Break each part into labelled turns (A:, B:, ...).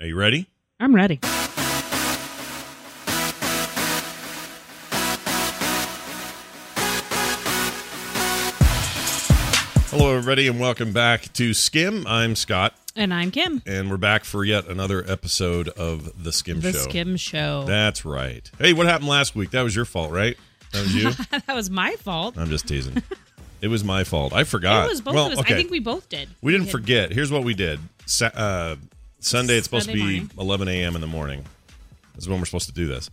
A: Are you ready?
B: I'm ready.
A: Hello, everybody, and welcome back to Skim. I'm Scott,
B: And I'm Kim.
A: and we're back for yet another episode of The Skim
B: The
A: Show.
B: Skim Show.
A: That's right. Hey, what happened last week? That was your fault, right? That was you?
B: That, was my fault.
A: I'm just teasing. It was my fault. I forgot.
B: it was
A: Uh,
B: both
A: well,
B: of us.
A: okay.
B: I think we both did.
A: We didn't forget. Here's what we did. Sa- uh, Sunday, it's supposed
B: Sunday
A: to be
B: morning.
A: 11 a.m. in the morning. This is when we're supposed to do this.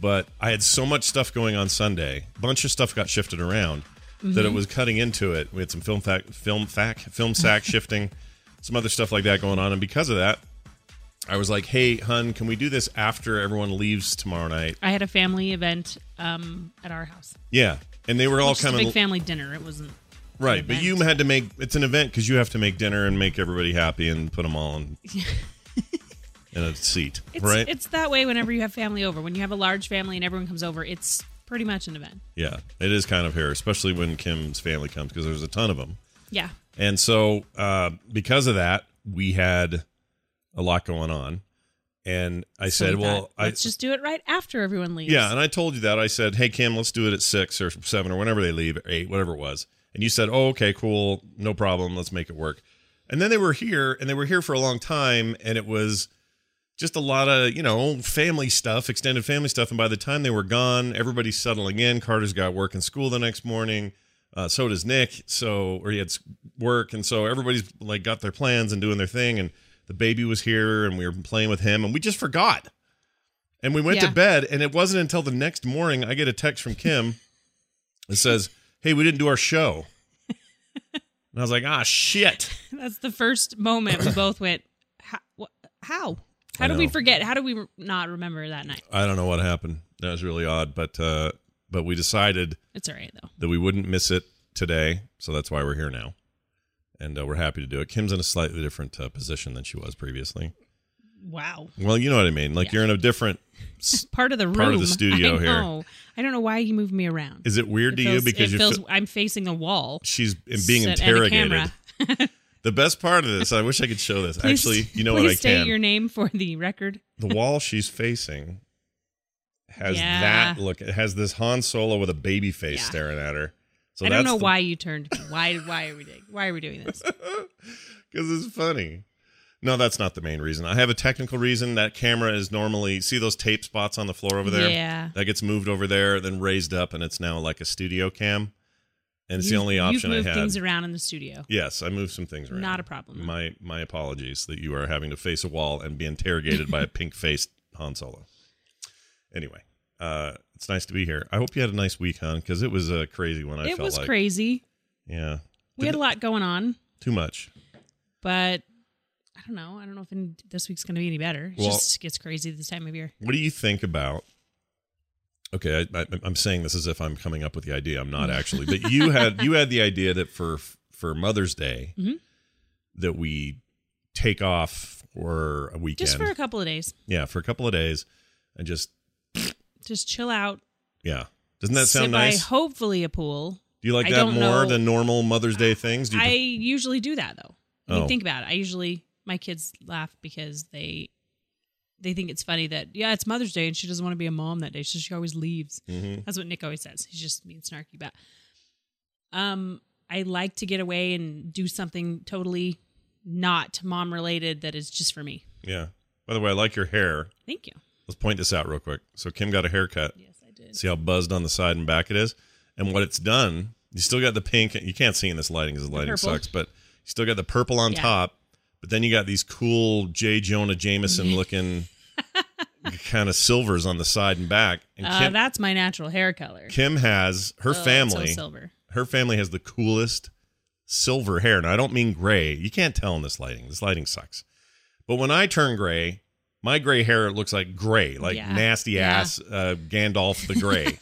A: But I had so much stuff going on Sunday. A bunch of stuff got shifted around that
B: Mm-hmm.
A: it was cutting into it. We had some film fact, film fact, film sack shifting, some other stuff like that going on. And because of that, I was like, hey, hun, can we do this after everyone leaves tomorrow night?
B: I had a family event um, at our house.
A: Yeah. And they were all
B: It's just a
A: coming.
B: big family dinner. It wasn't.
A: Right, but you
B: event.
A: had to make it's an event because you have to make dinner and make everybody happy and put them all in, in a seat,
B: It's,
A: right?
B: it's that way whenever you have family over. When you have a large family and everyone comes over, it's pretty much an event.
A: yeah, it is kind of here, especially when Kim's family comes because there's a ton of them,
B: Yeah.
A: and so uh, because of that, we had a lot going on, and I
B: So
A: said,
B: we
A: "Well,
B: thought,
A: I
B: let's just do it right after everyone leaves.
A: yeah," and I told you that I said, "Hey, Kim, let's do it at six or seven or whenever they leave, or eight, whatever it was," and you said, "Oh, okay, cool, no problem, let's make it work." And then they were here, and they were here for a long time, and it was. just a lot of you know family stuff extended family stuff and by the time they were gone everybody's settling in carter's got work and school the next morning uh, so does nick so or he had s- work and so everybody's like got their plans and doing their thing and the baby was here and we were playing with him and we just forgot and we went
B: Yeah.
A: to bed and it wasn't until the next morning i get a text from kim that says hey we didn't do our show and i was like ah shit
B: That's the first moment we both went, how? wha- How,
A: I
B: how did we
A: know.
B: forget? How did we re- not remember that night?
A: i don't know what happened that was really odd but uh but we decided
B: It's all right, though.
A: that we wouldn't miss it today, so that's why we're here now, and uh, we're happy to do it. Kim's in a slightly different uh, position than she was previously.
B: Wow.
A: Well, you know what I mean. Like
B: Yeah.
A: you're in a different. s-
B: part of the room.
A: Part of the studio
B: I
A: here.
B: know. I don't know why he moved me around.
A: Is it weird
B: It
A: to
B: feels-
A: you because
B: it
A: you
B: feels
A: feel,
B: I'm facing a wall.
A: she's being
B: Sit- and a
A: interrogated?
B: camera.
A: The best part of this, I wish I could show this.
B: Please-
A: Actually, you know what
B: please
A: I
B: state
A: can.
B: your name for the record.
A: the wall she's facing has
B: Yeah.
A: that look. It has this Han Solo with a baby face
B: Yeah.
A: staring at her. So
B: I
A: that's
B: don't know
A: the-
B: why you turned. to me. Why? Why are we doing? Why are we doing this?
A: because it's funny. No, that's not the main reason. I have a technical reason. That camera is normally see those tape spots on the floor over there.
B: Yeah.
A: That gets moved over there, then raised up, and it's now like a studio cam. And it's the
B: You've-
A: only option
B: You've
A: I
B: moved
A: had.
B: things around in the studio.
A: Yes, I moved some things around.
B: Not a problem.
A: My my apologies that you are having to face a wall and be interrogated by a pink faced Han Solo. Anyway, uh, it's nice to be here. I hope you had a nice week, hon, because it was a crazy one. I
B: it
A: felt
B: was
A: like
B: crazy.
A: yeah,
B: We
A: Did
B: had a
A: it-
B: lot going on,
A: too much.
B: but I don't know. I don't know if any, this week's going to be any better. It
A: Well-
B: just gets crazy this time of year.
A: What do you think about? Okay, I, I, I'm saying this as if I'm coming up with the idea. I'm not
B: Mm.
A: actually, but you had you had the idea that for for Mother's Day
B: Mhm.
A: that we take off for a weekend,
B: Just for a couple of days.
A: yeah, for a couple of days, and just
B: Just chill out.
A: yeah. Doesn't that
B: sit
A: sound
B: by
A: nice?
B: hopefully a pool.
A: Do you like
B: I
A: that
B: don't
A: more
B: know.
A: than normal Mother's Day things? Do you
B: I usually do that though. I
A: Oh.
B: mean, think about it. I usually my kids laugh because they they think it's funny that yeah, it's Mother's Day and she doesn't want to be a mom that day, so she always leaves.
A: Mhm.
B: That's what Nick always says. He's just being snarky about. Um, I like to get away and do something totally not mom related that is just for me.
A: Yeah. By the way, I like your hair.
B: Thank you.
A: Let's point this out real quick. So Kim got a haircut.
B: Yes, I did.
A: See how buzzed on the side and back it is, and what it's done. You still got the pink. You can't see in this lighting because the lighting
B: purple.
A: sucks, but you still got the purple on
B: Yeah.
A: top. But then you got these cool J. Jonah Jameson looking kind of silvers on the side and back. And
B: Uh,
A: Kim,
B: that's my natural hair color.
A: Kim has her
B: Oh, it's
A: family.
B: so silver.
A: her family has the coolest silver hair, and I don't mean gray. You can't tell in this lighting. This lighting sucks. But when I turn gray, my gray hair looks like gray, like
B: Yeah.
A: nasty
B: Yeah.
A: ass uh, Gandalf the gray.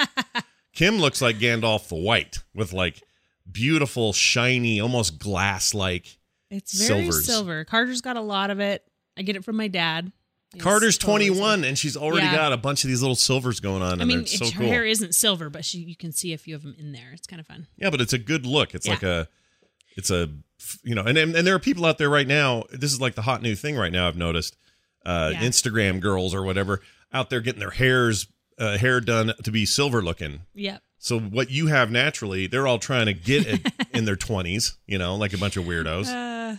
A: Kim looks like Gandalf the White with like beautiful, shiny, almost glass like.
B: It's very
A: Silvers.
B: silver. Carter's got a lot of it. I get it from my dad. It's
A: Carter's
B: totally
A: 21 and she's already
B: Yeah.
A: got a bunch of these little silvers going on, and
B: I mean,
A: they're so
B: it's- her
A: cool.
B: hair isn't silver, but she you can see a few of them in there. It's kind of fun.
A: Yeah, but it's a good look. It's
B: Yeah.
A: like a, it's a, you know, and, and and there are people out there right now. This is like the hot new thing right now. I've noticed uh,
B: Yeah.
A: Instagram girls or whatever out there getting their hairs uh, hair done to be silver looking.
B: Yep.
A: So what you have naturally, they're all trying to get it in their twenties. You know, like a bunch of weirdos.
B: Uh,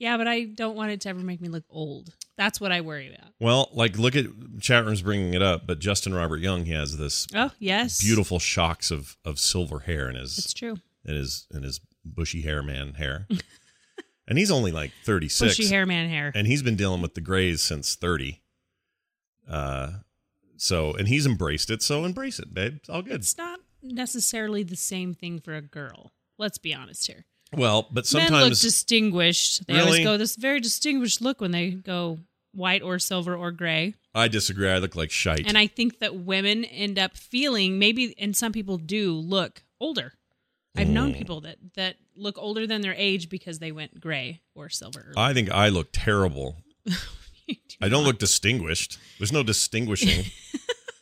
B: yeah, but I don't want it to ever make me look old. That's what I worry about.
A: Well, like look at chat rooms bringing it up, but Justin Robert Young he has this
B: Oh yes,
A: beautiful shocks of of silver hair in
B: It's
A: his
B: true.
A: in his in his bushy hair man hair, and he's only like thirty six,
B: Bushy hair, man hair.
A: and he's been dealing with the grays since thirty. Uh, so and he's embraced it. So embrace it, babe. It's all good.
B: It's not necessarily the same thing for a girl. Let's be honest here.
A: Well, but
B: Men look
A: sometimes
B: distinguished. They
A: Really?
B: always go this very distinguished look when they go white or silver or gray.
A: I disagree. I look like shite.
B: And I think that women end up feeling maybe, and some people do look older. I've known
A: Mm.
B: people that that look older than their age because they went gray or silver.
A: I think I look terrible
B: You do
A: I don't
B: not.
A: look distinguished. There's no distinguishing.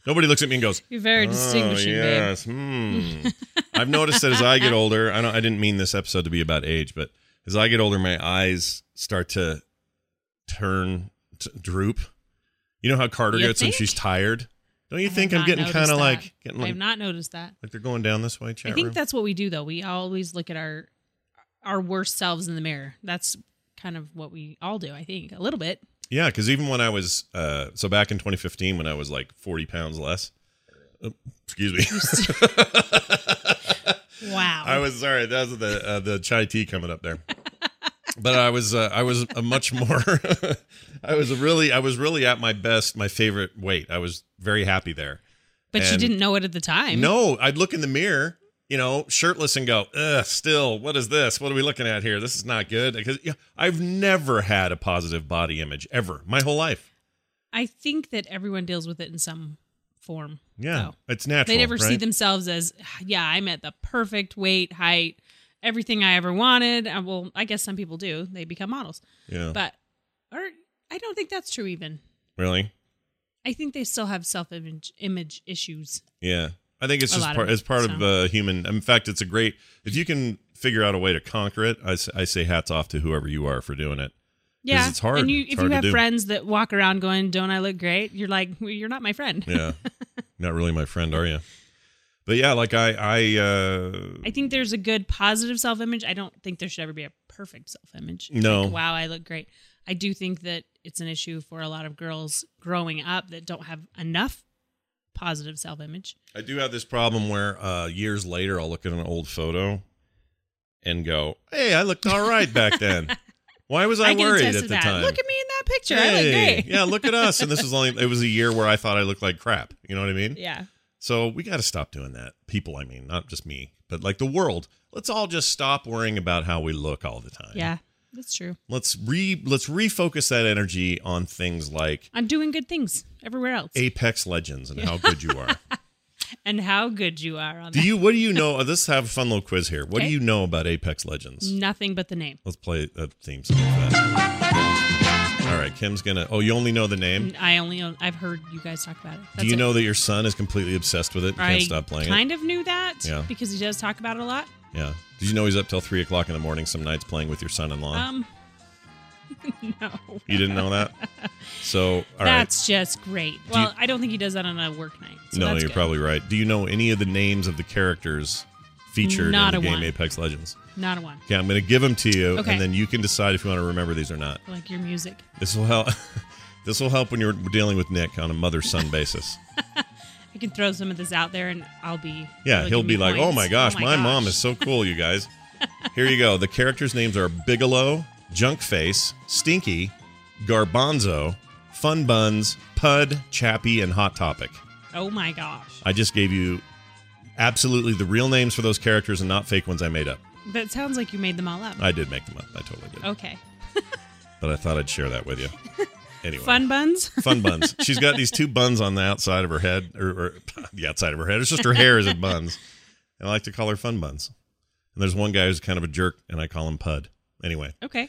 A: Nobody looks at me and goes,
B: You're very distinguishing,
A: oh,
B: babe.
A: yes. Hmm. I've noticed that as I get older, I don't I didn't mean this episode to be about age, but as I get older, my eyes start to turn to droop. You know how Carter
B: You
A: gets when she's
B: think?
A: tired? Don't you
B: I
A: think I'm
B: have not
A: getting
B: noticed
A: kind of
B: that.
A: like getting
B: I
A: like,
B: have not noticed that.
A: like they're going down this way, chat
B: I think
A: room?
B: that's what we do though. We always look at our our worst selves in the mirror. That's kind of what we all do, I think. A little bit.
A: Yeah, because even when I was uh, so back in 2015, when I was like 40 pounds less, uh, excuse me.
B: Wow.
A: I was sorry. That was the uh, the chai tea coming up there. But I was uh, I was a much more I was really I was really at my best my favorite weight I was very happy there.
B: but you
A: and-
B: didn't know it at the time.
A: No, I'd look in the mirror, you know, shirtless and go, ugh, still, what is this? What are we looking at here? This is not good. Because yeah, I've never had a positive body image ever my whole life.
B: I think that everyone deals with it in some form.
A: Yeah,
B: Oh.
A: it's natural.
B: They never see
A: right?
B: themselves as, yeah, I'm at the perfect weight, height, everything I ever wanted. Uh, Well, I guess some people do. They become models.
A: Yeah,
B: But or I don't think that's true even.
A: really.
B: I think they still have self image image issues.
A: Yeah. I think it's
B: A
A: just
B: lot of
A: part,
B: it,
A: it's part of
B: so.
A: uh, human. In fact, it's a great, if you can figure out a way to conquer it, I, s- I say hats off to whoever you are for doing it.
B: Yeah,
A: it's hard.
B: And you,
A: It's
B: if
A: hard
B: you
A: to
B: have
A: do.
B: friends that walk around going, "Don't I look great?" You're like, well, "You're not my friend."
A: Yeah. Not really my friend, are you? But yeah, like I, I, uh,
B: I think there's a good positive self image. I don't think there should ever be a perfect self image.
A: No.
B: Like, wow, I look great. I do think that it's an issue for a lot of girls growing up that don't have enough positive self image.
A: I do have this problem where, uh, years later, I'll look at an old photo and go, Hey, I looked all right back then. Why was I,
B: can
A: worried
B: attest
A: at
B: to
A: the
B: that.
A: time?
B: Look at me in that picture. I
A: Hey,
B: look great.
A: yeah, look at us. And this was only, it was a year where I thought I looked like crap. You know what I mean?
B: Yeah.
A: So we got to stop doing that. People, I mean, not just me, but like the world. Let's all just stop worrying about how we look all the time.
B: Yeah. That's true.
A: Let's re let's refocus that energy on things like
B: On doing good things everywhere else.
A: Apex Legends and how good you are.
B: and how good you are on
A: do
B: that.
A: you what do you know? Uh, Let's have a fun little quiz here. What do
B: Okay. Mm.
A: you know about Apex Legends?
B: Nothing but the name.
A: Let's play a theme song for that. All right, Kim's gonna. Oh, you only know the name.
B: I only own, I've heard you guys talk about it. Mm, That's
A: do you
B: it.
A: know that your son is completely obsessed with it? and
B: I
A: Can't stop playing it.
B: kind of knew that
A: Yeah.
B: because he does talk about it a lot.
A: Yeah. Did you know he's up till three o'clock in the morning some nights playing with your son-in-law?
B: Um, no.
A: You didn't know that? So, all right.
B: that's just great.
A: Do
B: Well,
A: you-
B: I don't think he does that on a work night. so
A: no,
B: that's
A: you're
B: good.
A: probably right. Do you know any of the names of the characters featured
B: Not
A: in
B: a
A: the game
B: one.
A: Apex Legends?
B: not a one.
A: Okay, I'm going to give them to you,
B: Okay.
A: and then you can decide if you want to remember these or not.
B: Like your music.
A: This will help. this will help when you're dealing with Nick on a mother-son basis.
B: I can throw some of this out there, and I'll be.
A: Yeah,
B: it'll
A: he'll
B: give
A: be
B: me
A: like, "Oh
B: points.
A: my gosh, my mom
B: gosh."
A: is so cool, you guys." Here you go. The characters' names are Bigelow, Junkface, Stinky, Garbanzo, Fun Buns, Pud, Chappie, and Hot Topic.
B: Oh my gosh,
A: I just gave you absolutely the real names for those characters and not fake ones I made up.
B: that sounds like you made them all up.
A: I did make them up. I totally did.
B: okay,
A: But I thought I'd share that with you. Anyway.
B: fun buns.
A: Fun buns. She's got these two buns on the outside of her head, or, or the outside of her head. It's just her hair is in buns. And I like to call her fun buns. And there's one guy who's kind of a jerk, and I call him Pud. Anyway,
B: okay,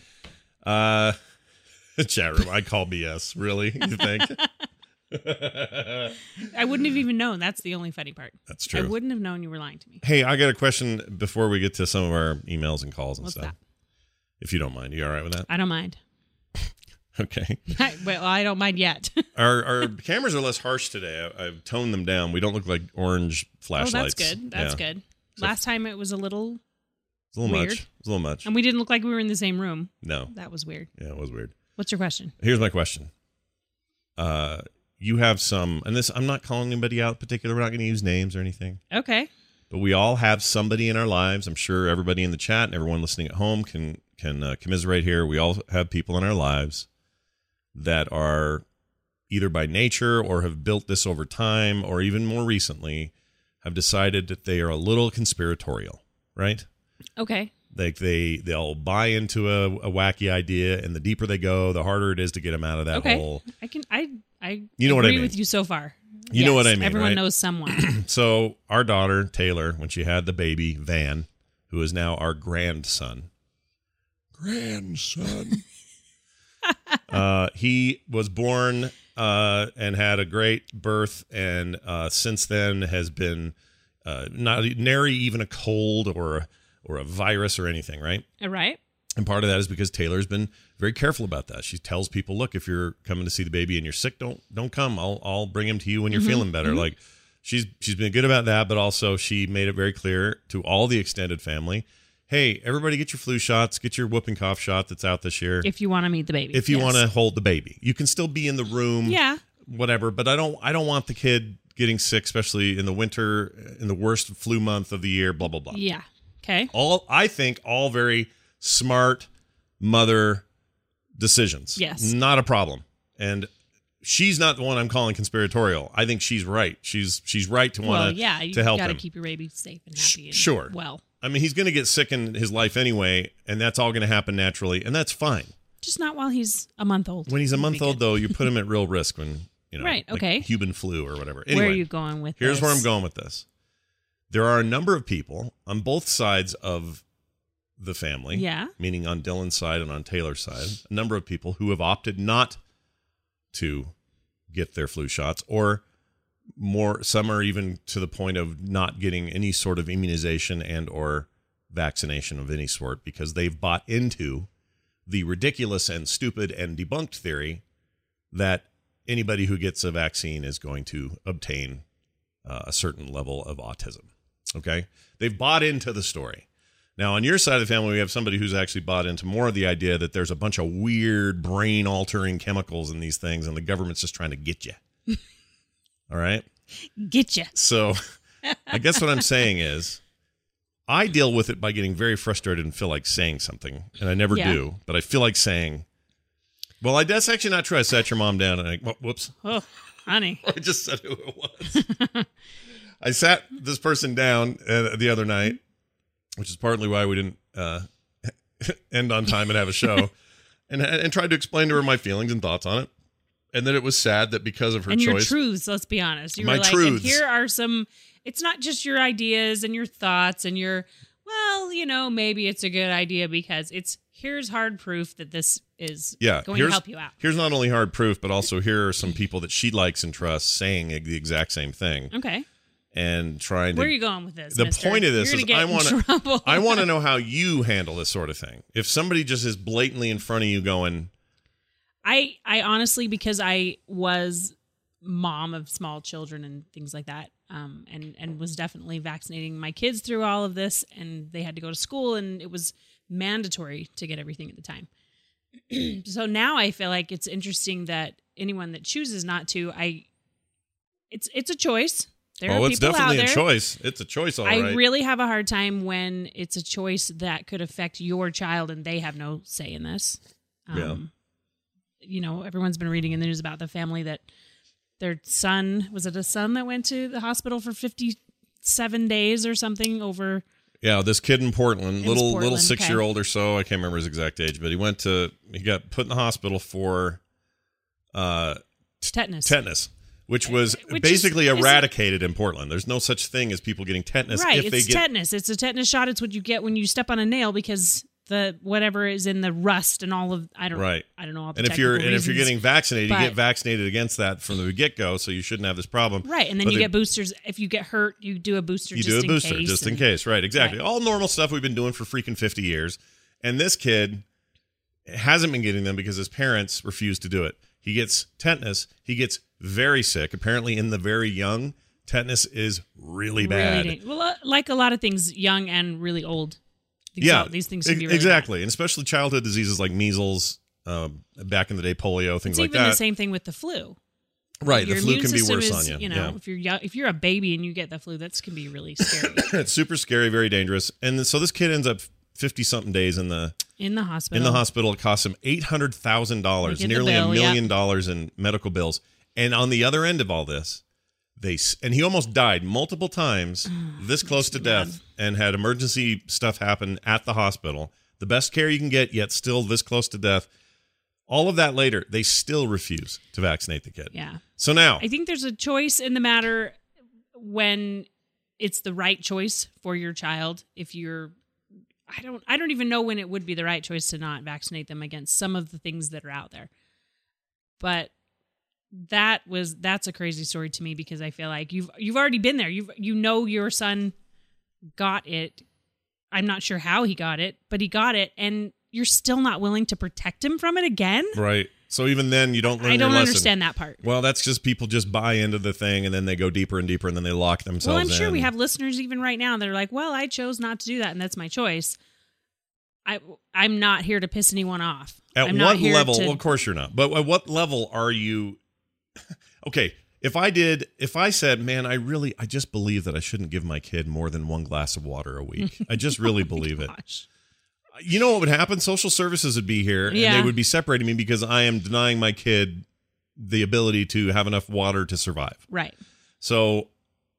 A: uh, chat room. I call BS. Really? You think?
B: I wouldn't have even known. That's the only funny part.
A: That's
B: I
A: true.
B: wouldn't have known you were lying to me.
A: Hey, I got a question before we get to some of our emails and calls and
B: What's
A: stuff.
B: that?
A: If you don't mind, you all right with that?
B: I don't mind.
A: Okay.
B: I, well, I don't mind yet. Oh,
A: Our our cameras are less harsh today. I, I've toned them down. We don't look like orange
B: oh,
A: flashlights.
B: that's good. That's good.
A: So-
B: Last time it was a little,
A: It's a little
B: Weird. Um,
A: much. It's a little much.
B: and we didn't look like we were in the same room.
A: no.
B: That was weird.
A: Yeah, it was weird.
B: What's your question?
A: Here's my question. Uh, you have some, and this I'm not calling anybody out in particular. We're not going to use names or anything,
B: Okay.
A: but we all have somebody in our lives. I'm sure everybody in the chat and everyone listening at home can can uh, commiserate here. We all have people in our lives that are either by nature or have built this over time, or even more recently, have decided that they are a little conspiratorial, right?
B: Okay.
A: like they they'll buy into a, a wacky idea and the deeper they go the harder it is to get them out of that
B: Okay.
A: hole
B: I can. I. I.
A: You know what I
B: agree
A: mean.
B: With you so far.
A: You know what
B: Yes,
A: I mean,
B: Everyone
A: right?
B: knows someone.
A: so our daughter taylor when she had the baby van who is now our grandson grandson uh, he was born uh, and had a great birth and uh, since then has been uh, not nary even a cold or or a virus or anything right
B: All right.
A: And part of that is because Taylor's been very careful about that. She tells people, "Look, if you're coming to see the baby and you're sick, don't don't come. I'll I'll bring him to you when you're
B: Mm-hmm.
A: feeling better." Like she's she's been good about that, but also she made it very clear to all the extended family, "Hey, everybody get your flu shots, get your whooping cough shot that's out this year. If,
B: If you want to meet the baby.
A: you
B: Yes.
A: want to hold the baby, you can still be in the room,
B: Yeah.
A: whatever, but I don't I don't want the kid getting sick, especially in the winter in the worst flu month of the year, blah blah blah."
B: Yeah. Okay.
A: all I think all very smart mother decisions.
B: Yes.
A: Not a problem. And she's not the one I'm calling conspiratorial. I think she's right. She's she's right to want
B: well,
A: to
B: yeah. You
A: to help
B: gotta
A: him.
B: keep your baby safe and
A: Sh-
B: happy. and
A: sure.
B: Well,
A: I mean, he's going to get sick in his life anyway, and that's all going to happen naturally, and that's fine.
B: just not while he's a month old.
A: When he's a
B: It'll be
A: month old
B: good.
A: though, you put him at real risk when, you know,
B: Right,
A: like
B: okay.
A: Cuban flu or whatever. Anyway,
B: Where are you going with?
A: Here's
B: this?
A: where I'm going with this. There are a number of people on both sides of the family.
B: Yeah.
A: Meaning on Dylan's side and on Taylor's side, a number of people who have opted not to get their flu shots or more some are even to the point of not getting any sort of immunization and or vaccination of any sort because they've bought into the ridiculous and stupid and debunked theory that anybody who gets a vaccine is going to obtain uh, a certain level of autism. Okay. They've bought into the story. Now, on your side of the family, we have somebody who's actually bought into more of the idea that there's a bunch of weird brain altering chemicals in these things and the government's just trying to get you. All right.
B: Get you.
A: So I guess what I'm saying is I deal with it by getting very frustrated and feel like saying something. And I never
B: Yeah.
A: do, but I feel like saying, well, I, that's actually not true. I sat your mom down and I, wh- whoops.
B: Oh, honey.
A: I just said who it was. I sat this person down uh, the other night, which is partly why we didn't uh, end on time and have a show, and and tried to explain to her my feelings and thoughts on it, and that it was sad that because of her
B: and your
A: choice,
B: truths. Let's be honest. You
A: My
B: were like,
A: truths.
B: And here are some. It's not just your ideas and your thoughts and your. Well, you know, maybe it's a good idea because it's here's hard proof that this is
A: yeah,
B: going to
A: here's
B: help you out.
A: here's not only hard proof, but also here are some people that she likes and trusts saying the exact same thing
B: Okay,
A: and trying
B: where are
A: to
B: you going with this?
A: the
B: mister?
A: point of this
B: You're
A: is
B: gonna get
A: I
B: in
A: wanna-
B: trouble.
A: I want to know how you handle this sort of thing. If somebody just is blatantly in front of you going,
B: I I honestly because I was mom of small children and things like that um and and was definitely vaccinating my kids through all of this and they had to go to school and it was mandatory to get everything at the time. so now I feel like it's interesting that anyone that chooses not to I it's it's a choice. There
A: "Oh,
B: are
A: it's
B: people out
A: definitely a
B: there.
A: choice. It's a choice, all Oh, right."
B: I really have a hard time when it's a choice that could affect your child and they have no say in this. Um,
A: Yeah.
B: You know, everyone's been reading in the news about the family that their son was it a son that went to the hospital for 57 days or something over
A: Yeah, this kid in Portland,
B: was
A: little little
B: Portland,
A: six
B: okay.
A: year old or so, I can't remember his exact age, but he went to he got put in the hospital for uh
B: tetanus.
A: tetanus, which was
B: Eh, Which is-
A: basically
B: is it-
A: eradicated in Portland. There's no such thing as people getting tetanus
B: right,
A: if
B: it's
A: they get
B: tetanus. It's a tetanus shot. It's what you get when you step on a nail because the whatever is in the rust and all of I don't
A: Right.
B: I don't know all the
A: and if you're
B: technical
A: and if you're
B: reasons.
A: getting vaccinated, you
B: but-
A: get vaccinated against that from the get go, so you shouldn't have this problem.
B: Right, and then
A: But
B: you
A: they-
B: get boosters. If you get hurt, you do a booster.
A: you
B: just
A: do a
B: in
A: booster
B: case
A: just in
B: and-
A: case right exactly all normal stuff we've been doing for freaking 50 years and this kid hasn't been getting them because his parents refuse to do it. He gets tetanus. He gets very sick. Apparently, in the very young, tetanus is really bad.
B: Really dang- well, uh, like a lot of things, young and really old. These
A: yeah,
B: these things
A: e-
B: should be really
A: exactly, and especially childhood diseases like measles. Um, back in the day, polio,
B: Bad.
A: things
B: It's
A: like
B: even
A: that.
B: the same thing with the flu.
A: right, the
B: Your
A: flu
B: immune
A: can be
B: system
A: worse
B: is,
A: on you.
B: know,
A: yeah.
B: if you're young, if you're a baby and you get the flu, that's can be really scary
A: it's super scary, very dangerous. And then, so this kid ends up fifty something days in the
B: in the hospital.
A: in the hospital. It costs him eight hundred thousand
B: Look
A: dollars,
B: at the
A: nearly a
B: bill, yeah.
A: million dollars in medical bills. And on the other end of all this, they s- and he almost died multiple times, this close to
B: bad.
A: death, and had emergency stuff happen at the hospital. The best care you can get, yet still this close to death. All of that later, they still refuse to vaccinate the kid.
B: Yeah,
A: So now,
B: I think there's a choice in the matter when it's the right choice for your child. If you're, I don't, I don't even know when it would be the right choice to not vaccinate them against some of the things that are out there. But that was that's a crazy story to me because I feel like you've you've already been there. You have you know your son got it. I'm not sure how he got it, but he got it, and you're still not willing to protect him from it again.
A: right? So even then, you don't learn
B: I
A: your
B: don't
A: lesson.
B: understand that part.
A: Well, that's just people just buy into the thing, and then they go deeper and deeper, and then they lock themselves.
B: Well, I'm sure we
A: in.
B: have listeners even right now that are like, "Well, I chose not to do that, and that's my choice." I I'm not here to piss anyone off.
A: At
B: I'm not
A: what
B: here
A: level?
B: to-
A: well, of course you're not. But at what level are you? okay, if I did, if I said, "Man, I really, I just believe that I shouldn't give my kid more than one glass of water a week. I just really believe it."
B: Oh Gosh.
A: You know what would happen? Social services would be here, and
B: Yeah.
A: they would be separating me because I am denying my kid the ability to have enough water to survive.
B: Right.
A: So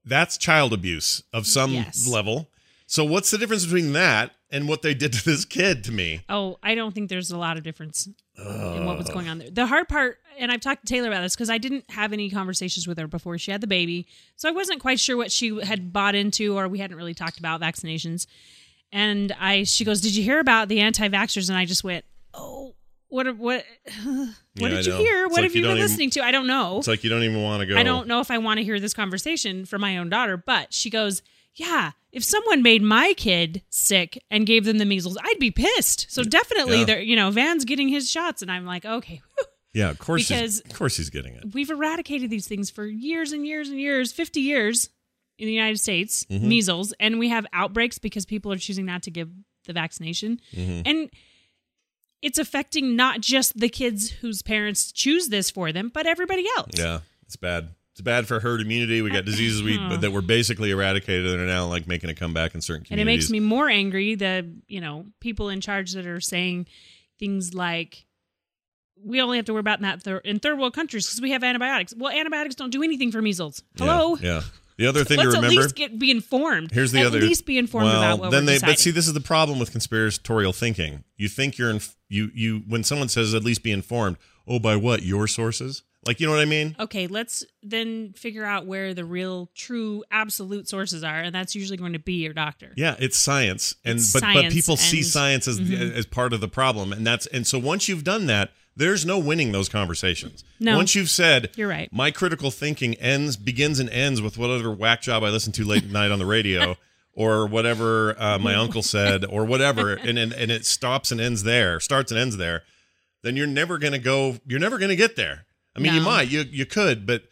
A: that's child abuse of some
B: Yes.
A: level. So what's the difference between that and what they did to this kid? To me,
B: Oh, I don't think there's a lot of difference in what was going on there. The hard part, and I've talked to Taylor about this because I didn't have any conversations with her before she had the baby, so I wasn't quite sure what she had bought into, or we hadn't really talked about vaccinations. And I, she goes, "Did you hear about the anti-vaxxers?" And I just went, "Oh, what? What?
A: Yeah,
B: What
A: I
B: did you
A: know.
B: hear?
A: It's
B: What
A: like
B: have
A: you
B: you,
A: don't
B: been
A: even-
B: listening to? I don't know.
A: it's like you don't even want to go.
B: I don't know if I want to hear this conversation from my own daughter, but she goes, Yeah, if someone made my kid sick and gave them the measles, I'd be pissed. So definitely,
A: Yeah.
B: they're you know, Van's getting his shots. And I'm like, Okay,
A: Yeah, of course.
B: Because-
A: he's, of course he's getting it.
B: we've eradicated these things for years and years and years 50 years in the United States, measles, and we have outbreaks because people are choosing not to give the vaccination. And it's affecting not just the kids whose parents choose this for them, but everybody else.
A: Yeah, it's bad. It's bad for herd immunity. We got diseases we
B: Uh-huh.
A: that were basically eradicated and are now like making a comeback in certain
B: and it makes
A: communities.
B: me more angry the you know people in charge that are saying things like we only have to worry about that thir- in third world countries because we have antibiotics well antibiotics don't do anything for measles hello
A: Yeah. yeah. The other thing to
B: let's
A: remember.
B: at least get be informed
A: Here's the
B: at
A: other.
B: at least be informed
A: well,
B: about what
A: then
B: we're
A: they.
B: deciding.
A: But see, this is the problem with conspiratorial thinking. You think you're in. You you when someone says at least be informed. Oh, by what? Your sources? Like you know what I mean?
B: okay let's then figure out where the real true absolute sources are and that's usually going to be your doctor
A: Yeah, it's science, and
B: It's
A: but but
B: science
A: people see
B: and- Mm-hmm.
A: science as as part of the problem, and that's and so once you've done that, there's no winning those conversations.
B: No.
A: once you've said
B: You're right.
A: my critical thinking ends begins and ends with whatever whack job I listen to late at night on the radio, or whatever uh, my uncle said, or whatever, and, and and it stops and ends there, starts and ends there. Then you're never gonna go. You're never gonna get there. I mean, you
B: No.
A: might, you you could, but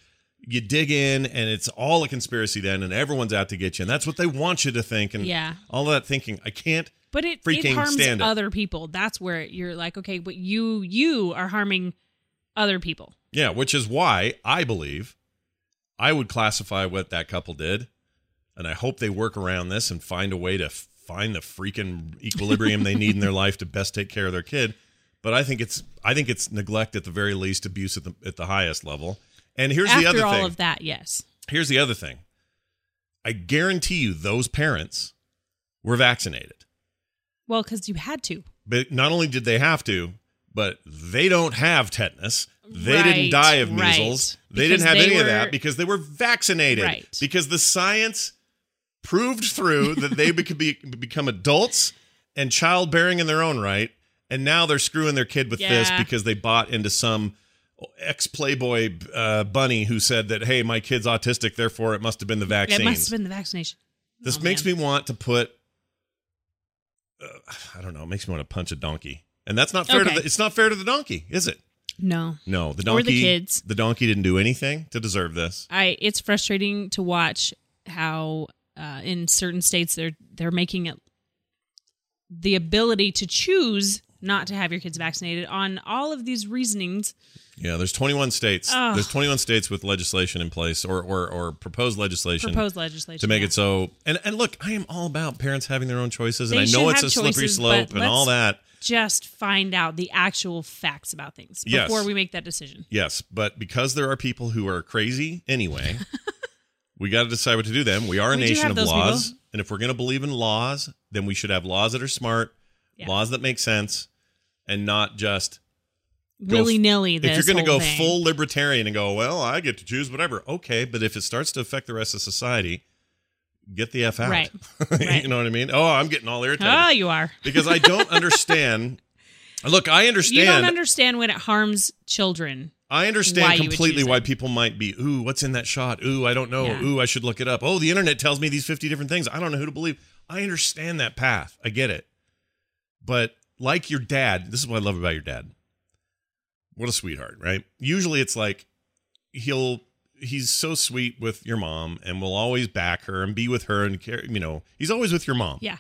A: you dig in and it's all a conspiracy then and everyone's out to get you and that's what they want you to think and
B: Yeah.
A: all that thinking i can't
B: but it,
A: Freaking
B: it harms
A: stand it.
B: other people that's where you're like okay but you you are harming other people
A: yeah which is why i believe i would classify what that couple did and i hope they work around this and find a way to f- find the freaking equilibrium they need in their life to best take care of their kid but i think it's i think it's neglect at the very least abuse at the at the highest level and here's
B: after
A: the other
B: all
A: thing
B: of that yes
A: here's the other thing i guarantee you those parents were vaccinated
B: Well, because you had to.
A: but not only did they have to, but they don't have tetanus. They didn't
B: Right,
A: die of
B: right.
A: measles. They
B: Because
A: didn't have
B: they
A: any of
B: were-
A: that because they were vaccinated.
B: Right.
A: Because the science proved through that they be- could be, become adults and childbearing in their own right. And now they're screwing their kid with this
B: Yeah.
A: because they bought into some ex Playboy uh, bunny who said that, hey, my kid's autistic, therefore it must have been the vaccines.
B: It must have been the vaccination.
A: This
B: Oh,
A: makes
B: man.
A: me want to put. Uh, I don't know. It makes me want to punch a donkey. And that's not fair
B: Okay.
A: to the, it's not fair to the donkey, is it?
B: No.
A: No, the
B: Or
A: donkey
B: the kids.
A: the donkey didn't do anything to deserve this.
B: I it's frustrating to watch how uh, in certain states they're they're making it the ability to choose not to have your kids vaccinated on all of these reasonings.
A: Yeah, there's 21 states.
B: Ugh.
A: There's 21 states with legislation in place or or, or proposed legislation
B: Proposed legislation
A: to make
B: yeah.
A: it so. And and look, I am all about parents having their own choices, and
B: They
A: I know it's
B: should
A: a
B: have
A: slippery
B: choices,
A: slope
B: but
A: and all
B: let's-
A: that.
B: just find out the actual facts about things
A: Yes.
B: before we make that decision.
A: Yes, but because there are people who are crazy anyway, we got to decide what to do. Then we are a
B: We do
A: nation
B: have
A: of
B: those
A: laws,
B: people.
A: and if we're going to believe in laws, then we should have laws that are smart,
B: Yeah.
A: laws that make sense, and not just Go f-
B: Willy nilly.
A: if you're
B: going to
A: go full libertarian and go, well, I get to choose whatever. Okay, but if it starts to affect the rest of society, get the f out.
B: Right.
A: you know what I mean? Oh, I'm getting all irritated
B: Ah, you are.
A: because I don't understand. Look, I
B: You don't
A: understand.
B: understand when it harms children.
A: I understand
B: why you would
A: completely
B: choose
A: why
B: it.
A: people might be, ooh, what's in that shot? Ooh, I don't know.
B: Yeah.
A: Ooh, I should look it up. Oh, the internet tells me these 50 different things. I don't know who to believe. I understand that path. I get it. But like your dad, this is what I love about your dad. What a sweetheart, right? Usually it's like he'll he's so sweet with your mom and will always back her and be with her and care, you know, he's always with your mom.
B: Yeah.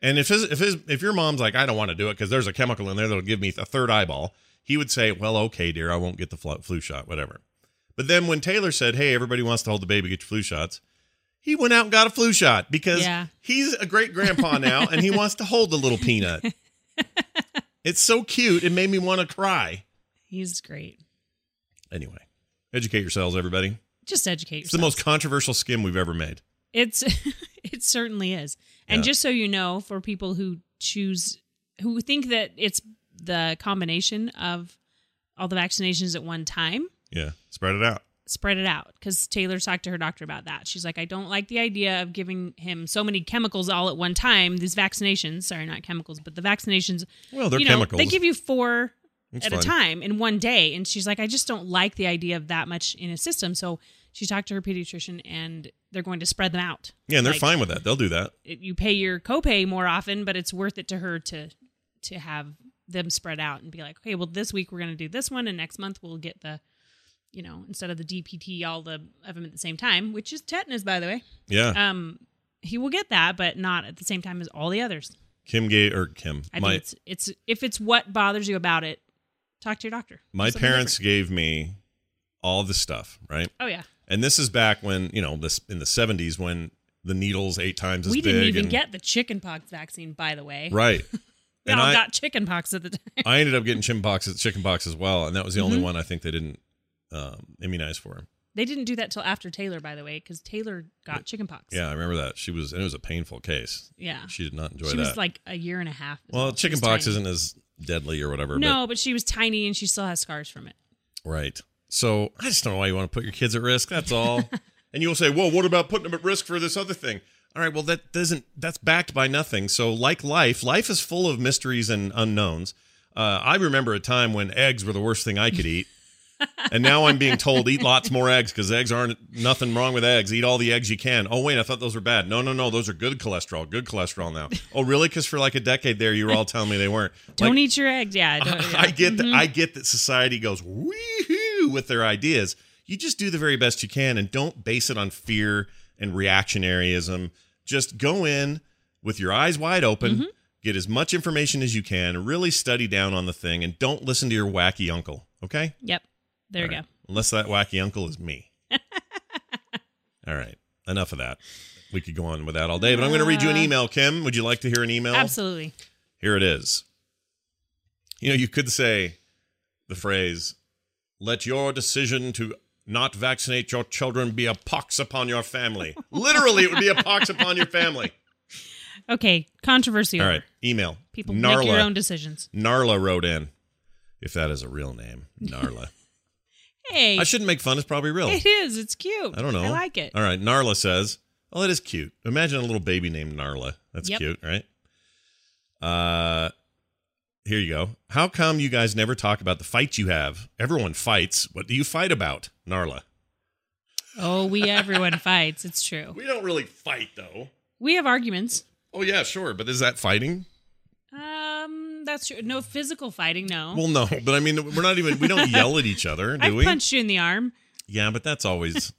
A: And if his if his if your mom's like, I don't want to do it because there's a chemical in there that'll give me a third eyeball, he would say, Well, okay, dear, I won't get the flu, flu shot, whatever. But then when Taylor said, Hey, everybody wants to hold the baby, get your flu shots, he went out and got a flu shot because
B: Yeah.
A: he's a great grandpa now and he wants to hold the little peanut. it's so cute, it made me want to cry.
B: He's great.
A: Anyway, educate yourselves, everybody.
B: Just educate yourself.
A: It's the most controversial skim we've ever made.
B: It's it certainly is. And
A: Yeah.
B: just so you know, for people who choose who think that it's the combination of all the vaccinations at one time,
A: Yeah. Spread it out.
B: spread it out. Because Taylor talked to her doctor about that. She's like, I don't like the idea of giving him so many chemicals all at one time. These vaccinations, sorry, not chemicals, but the vaccinations.
A: Well, they're
B: you know,
A: chemicals.
B: They give you four
A: It's
B: at
A: fine.
B: a time in one day. And she's like, I just don't like the idea of that much in a system. So she talked to her pediatrician, and they're going to spread them out
A: Yeah, and they're
B: like-
A: fine with that. They'll do that.
B: it, you pay your copay more often, but it's worth it to her to to have them spread out and be like, okay, well, this week we're going to do this one, and next month we'll get the, you know, instead of the DPT, all the of them at the same time, which is tetanus, by the way.
A: Yeah.
B: Um, he will get that, but not at the same time as all the others.
A: Kim Gay or Kim.
B: I
A: my
B: think it's it's if it's what bothers you about it, talk to your doctor.
A: my
B: Something
A: parents
B: different.
A: gave me all the stuff, right?
B: Oh yeah,
A: And this is back when, you know, this in the 70s when the needles eight times as
B: we
A: big
B: didn't even
A: and,
B: get the chickenpox vaccine, by the way.
A: Right.
B: We
A: and
B: all
A: I
B: got chickenpox at the time.
A: I ended up getting chickenpox chickenpox as well, and that was the
B: Mm-hmm.
A: only one I think they didn't um, immunize for.
B: They didn't do that till after Taylor, by the way, because Taylor got chickenpox.
A: Yeah, I remember that. She was and it was a painful case.
B: Yeah.
A: She did not enjoy
B: she
A: that.
B: was like a year and a half. is
A: well,
B: all. She was
A: chickenpox
B: tiny.
A: isn't as deadly or whatever, but
B: No, but she was tiny and she still has scars from it.
A: Right. So I just don't know why you want to put your kids at risk. That's all. and you'll say, well, what about putting them at risk for this other thing? All right. Well, that doesn't, that's backed by nothing. So, like life, life is full of mysteries and unknowns. Uh, I remember a time when eggs were the worst thing I could eat. and now I'm being told, eat lots more eggs because eggs aren't nothing wrong with eggs. Eat all the eggs you can. Oh, wait, I thought those were bad. No, no, no. Those are good cholesterol. Good cholesterol now. oh, really? Because for like a decade there, you were all telling me they weren't.
B: Don't
A: Like-
B: eat your eggs. Yeah. Don't, yeah. Mm-hmm.
A: I get that. I get that society goes woohoo with their ideas. You just do the very best you can and don't base it on fear and reactionaryism. Just go in with your eyes wide open,
B: Mm-hmm.
A: get as much information as you can, really study down on the thing, and don't listen to your wacky uncle. Okay?
B: Yep. There we
A: All right.
B: go.
A: Unless that wacky uncle is me. all right. Enough of that. We could go on with that all day, but I'm going to read you an
B: Uh,
A: email, Kim. Would you like to hear an email?
B: Absolutely.
A: Here it is. You know, you could say the phrase, let your decision to not vaccinate your children be a pox upon your family. Literally, it would be a pox upon your family.
B: Okay. Controversy.
A: All
B: over.
A: right, email.
B: People
A: Narla.
B: make your own decisions.
A: Narla wrote in, if that is a real name, Narla.
B: Hey.
A: I shouldn't make fun, it's probably real.
B: it is. It's cute.
A: I don't know.
B: I like it.
A: All right. Narla says, "Oh, that is cute. Imagine a little baby named Narla. That's
B: Yep.
A: cute, right?" Uh, here you go. How come you guys never talk about the fights you have? Everyone fights. What do you fight about, Narla?
B: Oh, we everyone fights. It's true.
A: We don't really fight, though.
B: We have arguments.
A: Oh yeah, sure. But is that fighting?
B: Um, that's true. No physical fighting, no.
A: Well, no, but I mean, we're not even. We don't yell at each other, do
B: I
A: we?
B: punched you in the arm.
A: Yeah, but that's always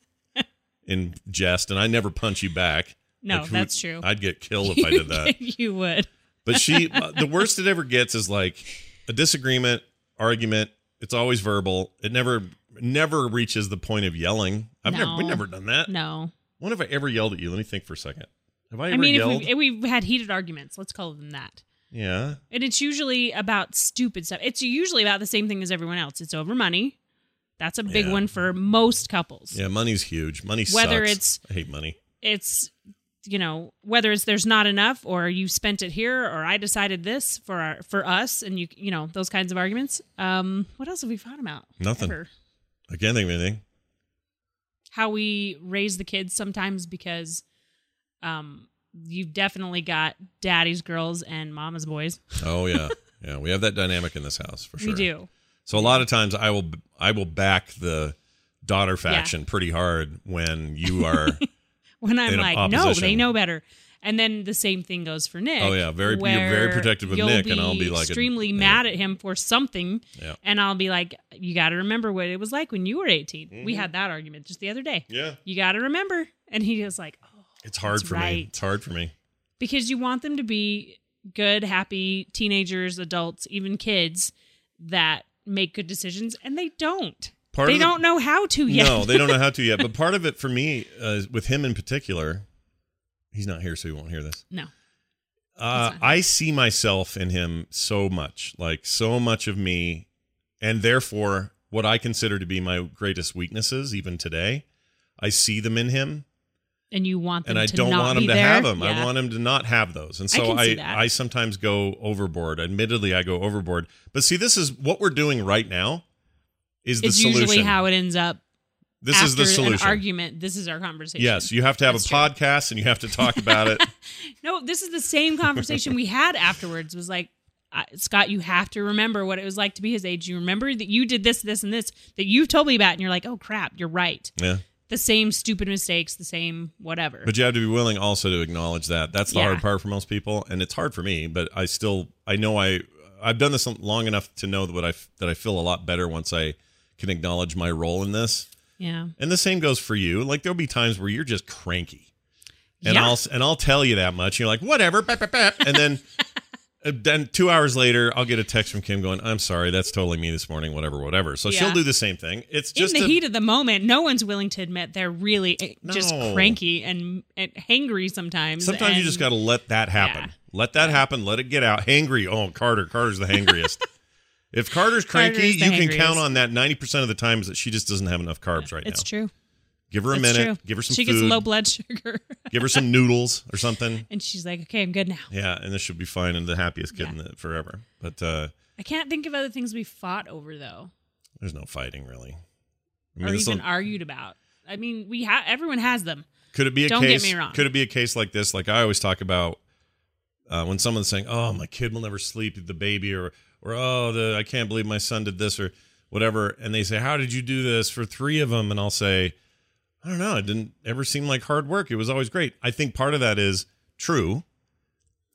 A: in jest, and I never punch you back.
B: No,
A: Like, who-
B: that's true.
A: I'd get killed if I did that.
B: you would.
A: But she, the worst it ever gets is like a disagreement, argument. It's always verbal. It never, never reaches the point of yelling. I've never, we've
B: No.
A: never done that.
B: No.
A: When have I ever yelled at you? Let me think for a second. Have I
B: I,
A: ever
B: mean, if
A: yelled?
B: we've, if we've had heated arguments, let's call them that.
A: yeah.
B: And it's usually about stupid stuff. It's usually about the same thing as everyone else. It's over money. That's a big
A: Yeah.
B: one for most couples.
A: Yeah. Money's huge. Money
B: Whether
A: sucks.
B: it's-
A: I hate money.
B: It's, you know, whether it's there's not enough or you spent it here or I decided this for our, for us and you you know those kinds of arguments. Um, what else have we fought about?
A: Nothing.
B: Ever.
A: I can't think of anything.
B: how we raise the kids sometimes because um you've definitely got daddy's girls and mama's boys.
A: Oh yeah. Yeah, we have that dynamic in this house for sure.
B: We do.
A: So a lot of times I will I will back the daughter faction pretty hard when you are
B: When I'm
A: In
B: like, no,
A: opposition.
B: they know better. And then the same thing goes for Nick.
A: Oh, yeah, very- you're
B: where
A: very protective of
B: you'll
A: Nick, and I'll be like a-
B: extremely
A: yeah.
B: mad at him for something,
A: Yeah.
B: and I'll be like, you got to remember what it was like when you were 18.
A: Mm-hmm.
B: We had that argument just the other day.
A: Yeah.
B: You got to remember, and he was like, oh,
A: It's hard
B: That's
A: for me.
B: right.
A: It's hard for me.
B: because you want them to be good, happy teenagers, adults, even kids that make good decisions, and they don't.
A: Part
B: they
A: of the-
B: don't know how to yet.
A: No, they don't know how to yet. But part of it for me uh, with him in particular, he's not here so he won't hear this.
B: no.
A: Uh,
B: That's fine.
A: I see myself in him so much, like so much of me, and therefore what I consider to be my greatest weaknesses, even today, I see them in him,
B: And you want them
A: and I
B: to
A: don't
B: not
A: want him
B: be
A: to
B: there.
A: have them. I
B: Yeah.
A: want him to not have those, and so
B: can
A: I
B: see
A: I,
B: that.
A: sometimes go overboard. Admittedly, I go overboard, but see, this is what we're doing right now. Is the
B: It's
A: solution?
B: usually how it ends up.
A: this
B: after
A: is the
B: An
A: solution.
B: argument. This is our conversation.
A: Yes, you have to have
B: That's
A: a
B: true.
A: podcast and you have to talk about it.
B: No, this is the same conversation we had afterwards. Was like, I, Scott, you have to remember what it was like to be his age. You remember that you did this, this, and this that you told me about, and you're like, oh crap, you're right.
A: Yeah.
B: The same stupid mistakes, the same whatever.
A: But you have to be willing also to acknowledge that. That's the
B: Yeah.
A: hard part for most people, and it's hard for me. But I still, I know I, I've done this long enough to know that what I that I feel a lot better once I can acknowledge my role in this.
B: yeah.
A: And the same goes for you. Like there'll be times where you're just cranky, and
B: Yeah.
A: I'll and I'll tell you that much. You're like, whatever, bap, bap, bap. and then. uh, Then two hours later, I'll get a text from Kim going, "I'm sorry, that's totally me this morning. Whatever, whatever." So she'll
B: Yeah.
A: do the same thing. It's just
B: in the
A: a-
B: heat of the moment, no one's willing to admit they're really eh, just
A: No.
B: cranky and, and hangry sometimes.
A: Sometimes you
B: and-
A: just got to let that happen.
B: Yeah.
A: Let that happen. Let it get out. Hangry. Oh, Carter. Carter's the hangriest. if Carter's cranky,
B: Carter's the
A: you can
B: hangriest.
A: count on that 90% of the times that she just doesn't have enough carbs right
B: It's
A: now.
B: true.
A: Give her a
B: It's
A: minute.
B: true.
A: Give her some
B: She
A: food.
B: gets low blood sugar,
A: give her some noodles or something.
B: and she's like, "Okay, I'm good now."
A: Yeah, and this should be fine and the happiest kid in the, forever. But uh
B: I can't think of other things we fought over though,
A: there's no fighting really. I
B: or
A: mean, this
B: even
A: will-
B: argued about. I mean, we ha- everyone has them.
A: could it be a
B: don't get
A: case?
B: me wrong.
A: Could it be a case like this? Like I always talk about uh, when someone's saying, "Oh, my kid will never sleep," the baby, or or "Oh, the I can't believe my son did this," or whatever, and they say, "How did you do this for three of them?" And I'll say, "I don't know. It didn't ever seem like hard work. It was always great." I think part of that is true.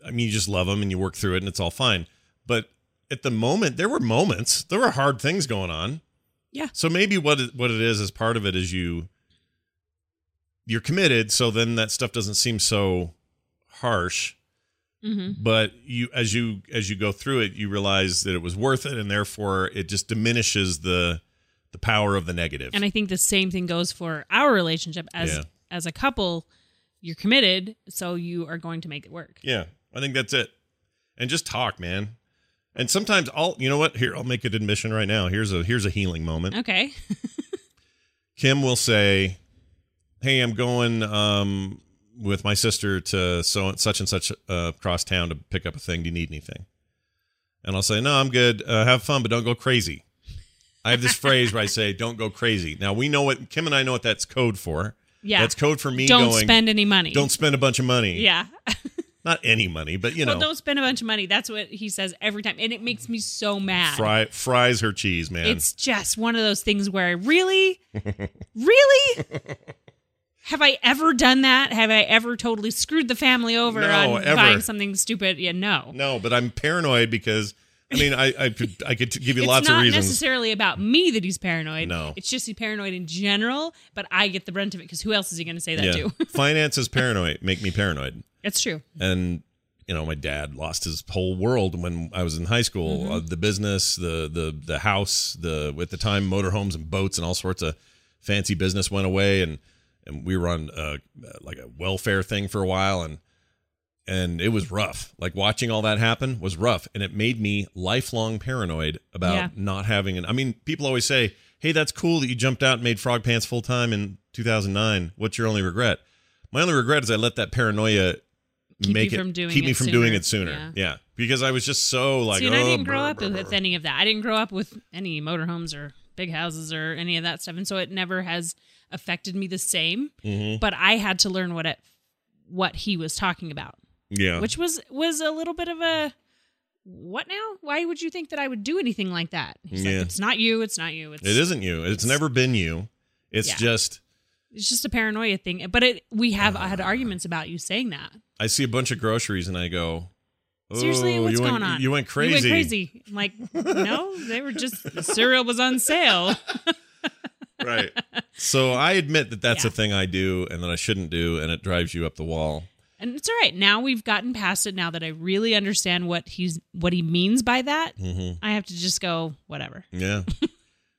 A: I mean, you just love them and you work through it, and it's all fine. But at the moment, there were moments, there were hard things going on.
B: Yeah.
A: So maybe what it, what it is is part of it is you you're committed, so then that stuff doesn't seem so harsh
B: Mm-hmm.
A: but you as you as you go through it you realize that it was worth it and therefore it just diminishes the the power of the negative
B: And I think the same thing goes for our relationship as
A: Yeah.
B: as a couple. You're committed, so you are going to make it work.
A: yeah i think that's it and just talk man and sometimes i'll you know what here i'll make an admission right now here's a here's a healing moment
B: Okay.
A: kim will say hey i'm going um with my sister to so such and such uh across town to pick up a thing do you need anything and i'll say no i'm good uh, have fun but don't go crazy i have this phrase where i say don't go crazy now we know what kim and i know what that's code for
B: Yeah.
A: that's code for me
B: don't
A: going
B: spend any money.
A: don't spend a bunch of money
B: Yeah.
A: not any money but you
B: Well,
A: know
B: don't spend a bunch of money. That's what he says every time, and it makes me so mad.
A: fry fries her cheese man
B: It's just one of those things where really, really, have I ever done that? Have I ever totally screwed the family over
A: No,
B: on
A: ever.
B: buying something stupid? Yeah, no.
A: no but i'm paranoid because I mean, I I could I could give you
B: it's
A: lots
B: not
A: of reasons.
B: necessarily about me that he's paranoid.
A: No.
B: It's just he's paranoid in general, but I get the brunt of it because who else is he going to say that to?
A: Finance is paranoid. Make me paranoid.
B: It's true.
A: and you know my dad lost his whole world when i was in high school
B: Mm-hmm.
A: uh, the business the the the house the at the time motorhomes and boats and all sorts of fancy business went away and and we were on uh, like a welfare thing for a while and and it was rough like watching all that happen was rough and it made me lifelong paranoid about
B: Yeah.
A: not having an i mean people always say hey that's cool that you jumped out and made frog pants full time in 2009 what's your only regret my only regret is i let that paranoia
B: Keep
A: make
B: you
A: it
B: from doing
A: keep
B: it
A: me from
B: sooner.
A: doing it sooner.
B: Yeah.
A: Yeah. because I was just so like,
B: See, and
A: oh,
B: I didn't grow
A: brr,
B: up
A: brr,
B: with
A: brr.
B: any of that. I didn't grow up with any motorhomes or big houses or any of that stuff, and so it never has affected me the same.
A: Mhm.
B: But I had to learn what it, what he was talking about,
A: Yeah,
B: which was was a little bit of a what now? Why would you think that I would do anything like that? He's
A: Yeah.
B: like, it's not you. It's not you. It's
A: it isn't you. It's, never been you. It's
B: Yeah.
A: just
B: It's just a paranoia thing. But it we have had arguments about you saying that.
A: I see a bunch of groceries and I go, oh,
B: Seriously, what's
A: you
B: going
A: went,
B: on?
A: You went crazy.
B: You went crazy. I'm like, no, they were just the cereal was on sale.
A: right. So I admit that that's
B: Yeah.
A: a thing I do and that I shouldn't do, and it drives you up the wall.
B: and it's all right now we've gotten past it now that i really understand what he's what he means by that
A: hmm
B: i have to just go whatever
A: Yeah.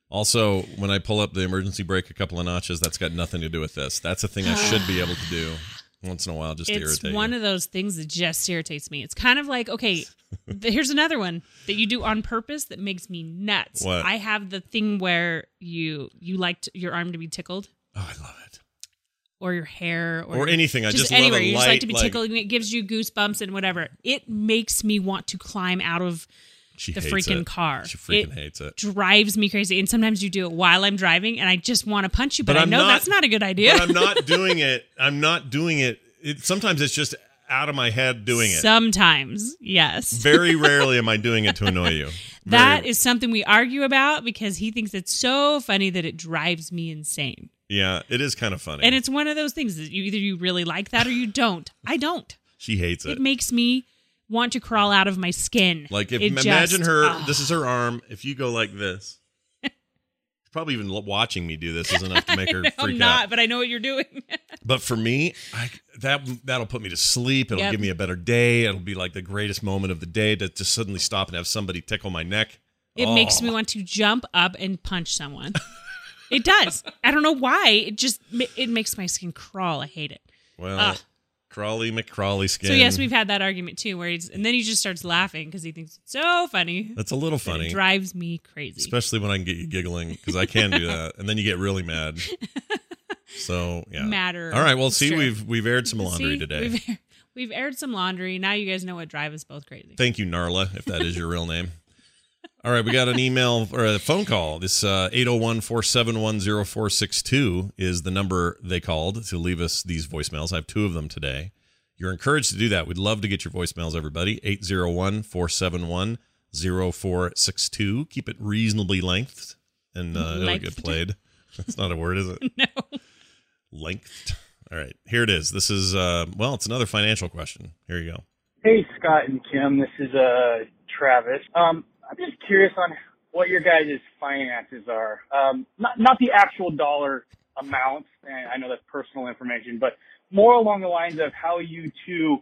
A: also, when I pull up the emergency brake a couple of notches, that's got nothing to do with this. That's a thing I should be able to do once in a while, just to
B: it's
A: irritate.
B: one
A: you.
B: of those things that just irritates me it's kind of like okay th- here's another one that you do on purpose that makes me nuts
A: What?
B: i have the thing where you you like t- your arm to be tickled
A: oh, I love it.
B: or your hair or,
A: or anything. I
B: just,
A: just,
B: anywhere
A: love a
B: you
A: light,
B: just like to be tickled and it gives you goosebumps and whatever it makes me want to climb out of
A: she
B: the
A: hates
B: freaking
A: it.
B: car
A: She freaking
B: It
A: hates it.
B: drives me crazy. And sometimes you do it while I'm driving, and I just want to punch you, but,
A: But
B: I
A: I'm
B: know
A: not-
B: that's not a good idea.
A: But I'm not doing it. I'm not doing it. it. Sometimes it's just out of my head doing it.
B: Sometimes, yes.
A: Very rarely am I doing it to annoy you.
B: That
A: Very-
B: is something we argue about because he thinks it's so funny that it drives me insane.
A: yeah, it is kind of funny.
B: And it's one of those things that you either you really like that or you don't. I don't.
A: she hates
B: It
A: it.
B: makes me want to crawl out of my skin.
A: Like if
B: It just-
A: imagine her.
B: ah.
A: This is her arm. If you go like this, probably even lo- watching me do this is enough to make her
B: No,
A: freak
B: I'm not,
A: out.
B: but I know what you're doing.
A: But for me, I, that that'll put me to sleep. It'll
B: Yep.
A: give me a better day. It'll be like the greatest moment of the day to just suddenly stop and have somebody tickle my neck.
B: It
A: Oh.
B: makes me want to jump up and punch someone. it does. I don't know why. It just ma- it makes my skin crawl. I hate it.
A: Well,
B: Ugh.
A: Crawley McCrawley skin.
B: So yes, we've had that argument too, where he's and then he just starts laughing because he thinks it's so funny.
A: That's a little
B: that It
A: funny,
B: drives me crazy.
A: especially when I can get you giggling because I can do that, and then you get really mad. So yeah,
B: Matter.
A: All right, well, see,
B: Sure.
A: we've we've aired some laundry
B: See,
A: today.
B: We've, we've aired some laundry. Now you guys know what drive us both crazy.
A: Thank you, Narla, if that is your real name. All right, we got an email or a phone call. This uh, 801 471 0462 is the number they called to leave us these voicemails. I have two of them today. You're encouraged to do that. We'd love to get your voicemails, everybody. 801 471 0462. Keep it reasonably lengthed and uh, it'll get
B: Lengthed?
A: played. That's not a word, is it?
B: no.
A: Lengthed. All right, here it is. This is, uh, well, it's another financial question. Here you go.
C: Hey, Scott and Kim. This is uh, Travis. Um, I'm just curious on what your guys' finances are. Um, not not the actual dollar amounts. And I know that's personal information, but more along the lines of how you two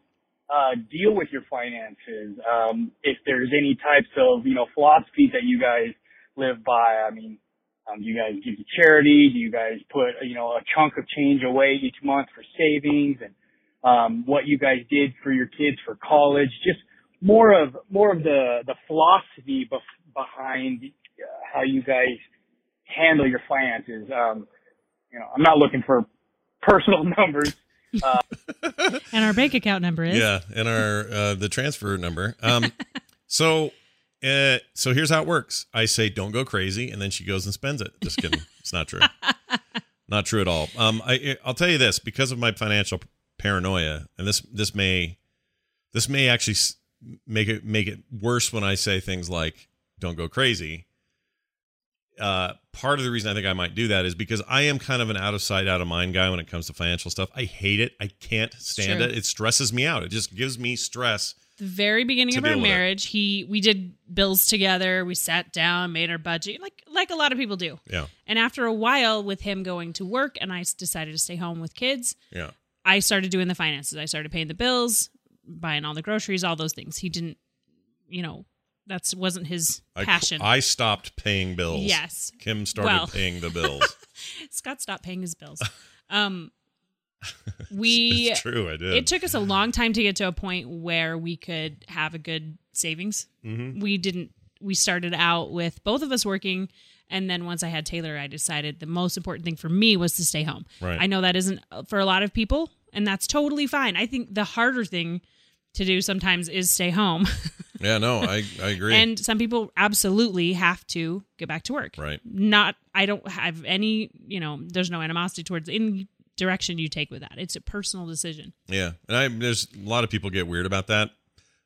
C: uh, deal with your finances. Um, if there's any types of you know philosophies that you guys live by. I mean, um, do you guys give to charity? Do you guys put you know a chunk of change away each month for savings and um, what you guys did for your kids for college, just more of more of the the philosophy bef- behind uh, how you guys handle your finances. Um, you know, I'm not looking for personal numbers.
B: And our bank account number is
A: Yeah, and our uh, the transfer number. Um, so, uh, so here's how it works. I say, "Don't go crazy," and then she goes and spends it. Just kidding. it's not true. Not true at all. Um, I I'll tell you this because of my financial paranoia, and this this may this may actually s- make it make it worse when I say things like "Don't go crazy." Uh, part of the reason I think I might do that is because I am kind of an out of sight, out of mind guy when it comes to financial stuff. I hate it. I can't stand
B: true.
A: it. It stresses me out. It just gives me stress
B: the very beginning
A: To
B: of our
A: deal with it.
B: marriage, he we did bills together. We sat down, made our budget, like like a lot of people do.
A: Yeah.
B: And after a while, with him going to work, and I s- decided to stay home with kids,
A: Yeah.
B: I started doing the finances. I started paying the bills, buying all the groceries, all those things. He didn't, you know, that's wasn't his
A: I,
B: passion.
A: I stopped paying bills.
B: yes,
A: Kim started
B: Well.
A: paying the bills.
B: Scott stopped paying his bills. Um, we
A: it's true. I did.
B: it took us a long time to get to a point where we could have a good savings.
A: hmm
B: We didn't. We started out with both of us working, and then once I had Taylor, I decided the most important thing for me was to stay home.
A: Right.
B: I know that isn't uh, for a lot of people, and that's totally fine. I think the harder thing to do sometimes is stay home.
A: yeah. No, I, I agree.
B: And some people absolutely have to get back to work.
A: Right.
B: Not, I don't have any, you know, there's no animosity towards any direction you take with that. It's a personal decision.
A: yeah. And I, there's a lot of people get weird about that.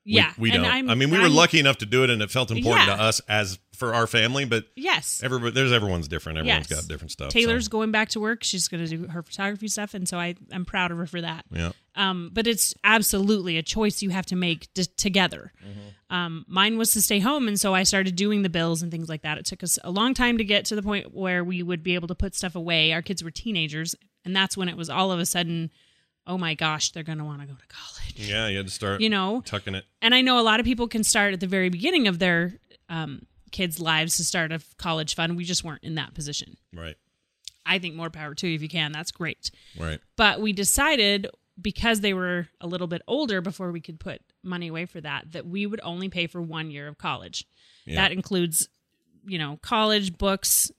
A: We-
B: yeah.
A: We,
B: and
A: don't.
B: I'm-
A: I mean, we were
B: I'm-
A: lucky enough to do it and it felt important
B: Yeah.
A: to us as for our family, but
B: Yes.
A: everybody, there's everyone's different. Everyone's
B: Yes.
A: got different stuff. so-
B: Taylor's going back to work. She's going to do her photography stuff. And so I, I'm proud of her for that.
A: yeah.
B: Um, but it's absolutely a choice you have to make t- together.
A: Mm-hmm.
B: Um, mine was to stay home, and so I started doing the bills and things like that. It took us a long time to get to the point where we would be able to put stuff away. Our kids were teenagers, and that's when it was all of a sudden, oh my gosh, they're going to want to go to college,
A: Yeah. You had to start
B: you know.
A: tucking it.
B: And I know a lot of people can start at the very beginning of their um, kids' lives to start a f- college fund. We just weren't in that position.
A: Right.
B: I think more power to you if you can. That's great
A: Right.
B: but we decided because they were a little bit older before we could put money away for that that we would only pay for one year of college
A: Yeah.
B: that includes you know college books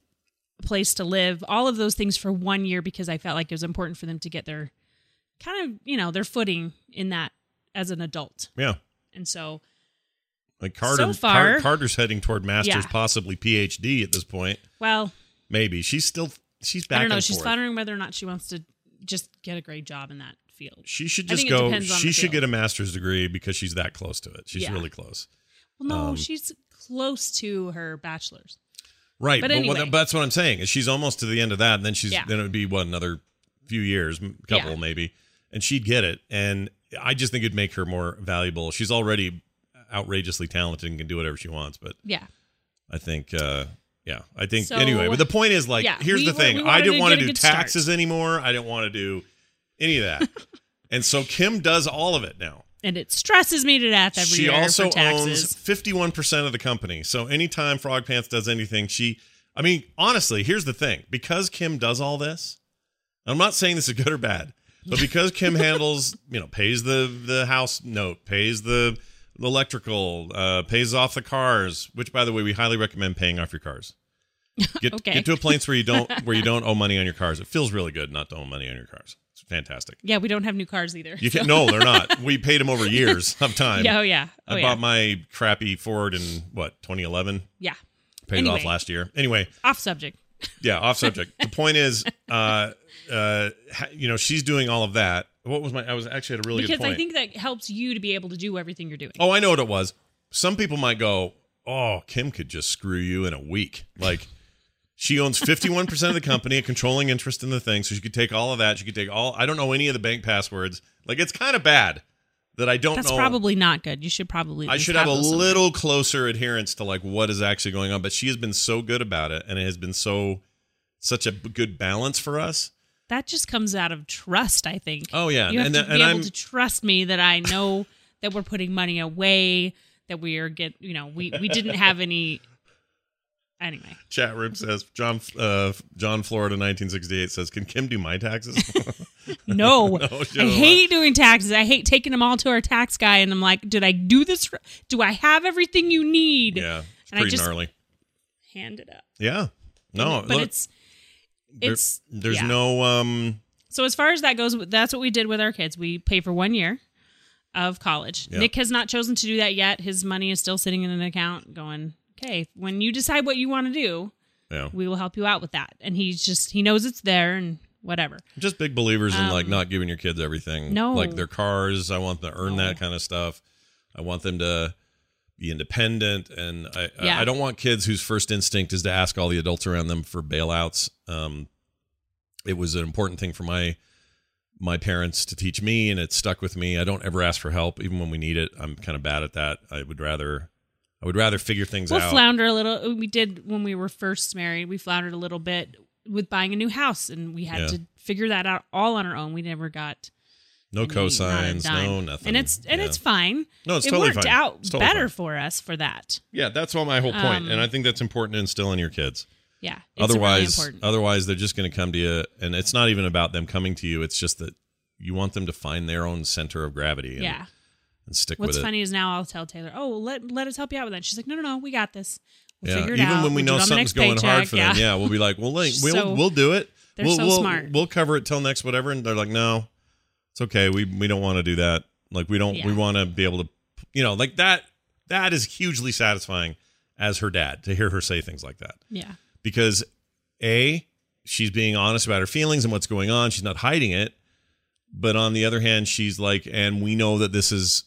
B: a place to live all of those things for one year because i felt like it was important for them to get their kind of you know their footing in that as an adult
A: Yeah.
B: and so
A: Like Carter,
B: So far-
A: Car- Carter's heading toward master's,
B: Yeah.
A: possibly PhD at this point.
B: well
A: Maybe she's still she's back.
B: i don't know
A: and
B: she's
A: forth.
B: pondering whether or not she wants to just get a great job in that field
A: She should
B: I
A: just
B: think it
A: go.
B: depends on
A: She
B: the
A: should
B: field.
A: get a master's degree because she's that close to it. She's
B: Yeah.
A: really close.
B: well no
A: Um,
B: she's close to her bachelor's
A: Right.
B: But
A: But, what-
B: anyway.
A: but that's what I'm saying. Is she's almost to the end of that, and then she's
B: Yeah.
A: then it would be what another few years, m- couple
B: Yeah.
A: maybe, and she'd get it. And I just think it'd make her more valuable. She's already outrageously talented and can do whatever she wants. But
B: yeah
A: I think. uh yeah, I think
B: So-
A: anyway. But the point is, like,
B: Yeah,
A: here's
B: we
A: the
B: were-
A: thing:
B: we
A: I
B: wanted
A: didn't
B: to
A: want
B: get
A: to
B: a
A: do
B: good start.
A: taxes anymore. I didn't want to do any of that, and so Kim does all of it now.
B: and it stresses me to death every
A: she
B: year
A: also
B: for taxes.
A: owns 51% of the company so anytime frog pants does anything she i mean honestly here's the thing because kim does all this i'm not saying this is good or bad but because kim handles you know pays the the house note pays the the electrical uh, pays off the cars which by the way we highly recommend paying off your cars get,
B: Okay.
A: get to a place where you don't where you don't owe money on your cars it feels really good not to owe money on your cars it's fantastic
B: Yeah, we don't have new cars either.
A: you can no they're not we paid them over years of time
B: yeah, oh yeah, oh
A: I
B: yeah.
A: bought my crappy Ford in what 2011.
B: yeah,
A: Paid it off
B: Anyway.
A: last year. Anyway,
B: off subject.
A: yeah, off subject. the point is, uh, uh, ha- you know, she's doing all of that. What was my? I was actually at a really
B: because
A: good point.
B: I think that helps you to be able to do everything you're doing.
A: oh, I know what it was. Some people might go, "Oh, Kim could just screw you in a week." Like she owns 51 percent of the company, a controlling interest in the thing, so she could take all of that. She could take all. I don't know any of the bank passwords. Like it's kind of bad that I don't
B: That's
A: know.
B: probably not good. You should probably. at
A: I
B: least
A: should have a
B: those somewhere.
A: little closer adherence to like what is actually going on, but she has been so good about it, and it has been so such a b- good balance for us.
B: That just comes out of trust, I think.
A: Oh yeah,
B: you have
A: and
B: to
A: and
B: be able
A: I'm
B: to trust me that I know that we're putting money away. That we are get. You know, we we didn't have any. Anyway,
A: chat room says John uh, John Florida 1968 says, "Can Kim do my taxes?" Oh,
B: no.
A: No, she
B: I
A: don't
B: hate doing taxes. I hate taking them all to our tax guy, and I'm like, did I do this? r- Do I have everything you need?
A: yeah, it's
B: And I
A: pretty
B: just-
A: gnarly.
B: Hand it up.
A: Yeah, no,
B: but
A: look,
B: it's
A: there-
B: it's
A: there's
B: yeah.
A: no um
B: so as far as that goes. That's what we did with our kids. We pay for one year of college.
A: Yeah.
B: Nick has not chosen to do that yet. His money is still sitting in an account. Going okay. When you decide what you want to do,
A: yeah.
B: we will help you out with that. And he's just he knows it's there and whatever.
A: I'm just big believers in like
B: Um,
A: not giving your kids everything.
B: No.
A: like their cars. I want them to earn
B: No.
A: that kind of stuff. I want them to be independent, and I I-
B: Yeah.
A: I don't want kids whose first instinct is to ask all the adults around them for bailouts. Um, it was an important thing for my my parents to teach me and it stuck with me. I don't ever ask for help even when we need it. I'm kind of bad at that. I would rather I would rather figure things
B: We'll
A: out.
B: flounder a little. uh, We did when we were first married. We floundered a little bit with buying a new house, and we had
A: Yeah.
B: to figure that out all on our own. We never got
A: no
B: any- not a
A: cosigns,
B: dime.
A: no nothing.
B: and it's and
A: Yeah.
B: it's fine.
A: no, it's
B: it
A: totally
B: worked
A: fine.
B: out
A: It's totally
B: better
A: fine.
B: for us for that.
A: Yeah, that's all my whole point,
B: Um,
A: and I think that's important to instill in your kids.
B: Yeah, it's really
A: Otherwise,
B: important.
A: otherwise they're just going to come to you, and it's not even about them coming to you. It's just that you want them to find their own center of gravity and,
B: yeah.
A: and stick
B: What's
A: with it.
B: funny is now I'll tell Taylor, oh, well, let let us help you out with that. She's like, no, no, no, we got this. We'll
A: yeah,
B: figure it
A: even
B: out.
A: when we
B: We'll do
A: know
B: it on the
A: something's going
B: next
A: hard
B: paycheck."
A: for them, yeah, we'll be like, "Well, like, we'll,
B: So-
A: we'll do it.
B: They're
A: we'll,
B: so
A: we'll,
B: smart.
A: We'll cover it till next whatever." And they're like, "No, it's okay. We we don't want to do that. Like, we don't. We
B: Yeah.
A: want to be able to, you know, like that. That is hugely satisfying as her dad to hear her say things like that
B: yeah.
A: because a she's being honest about her feelings and what's going on she's not hiding it but on the other hand she's like and we know that this is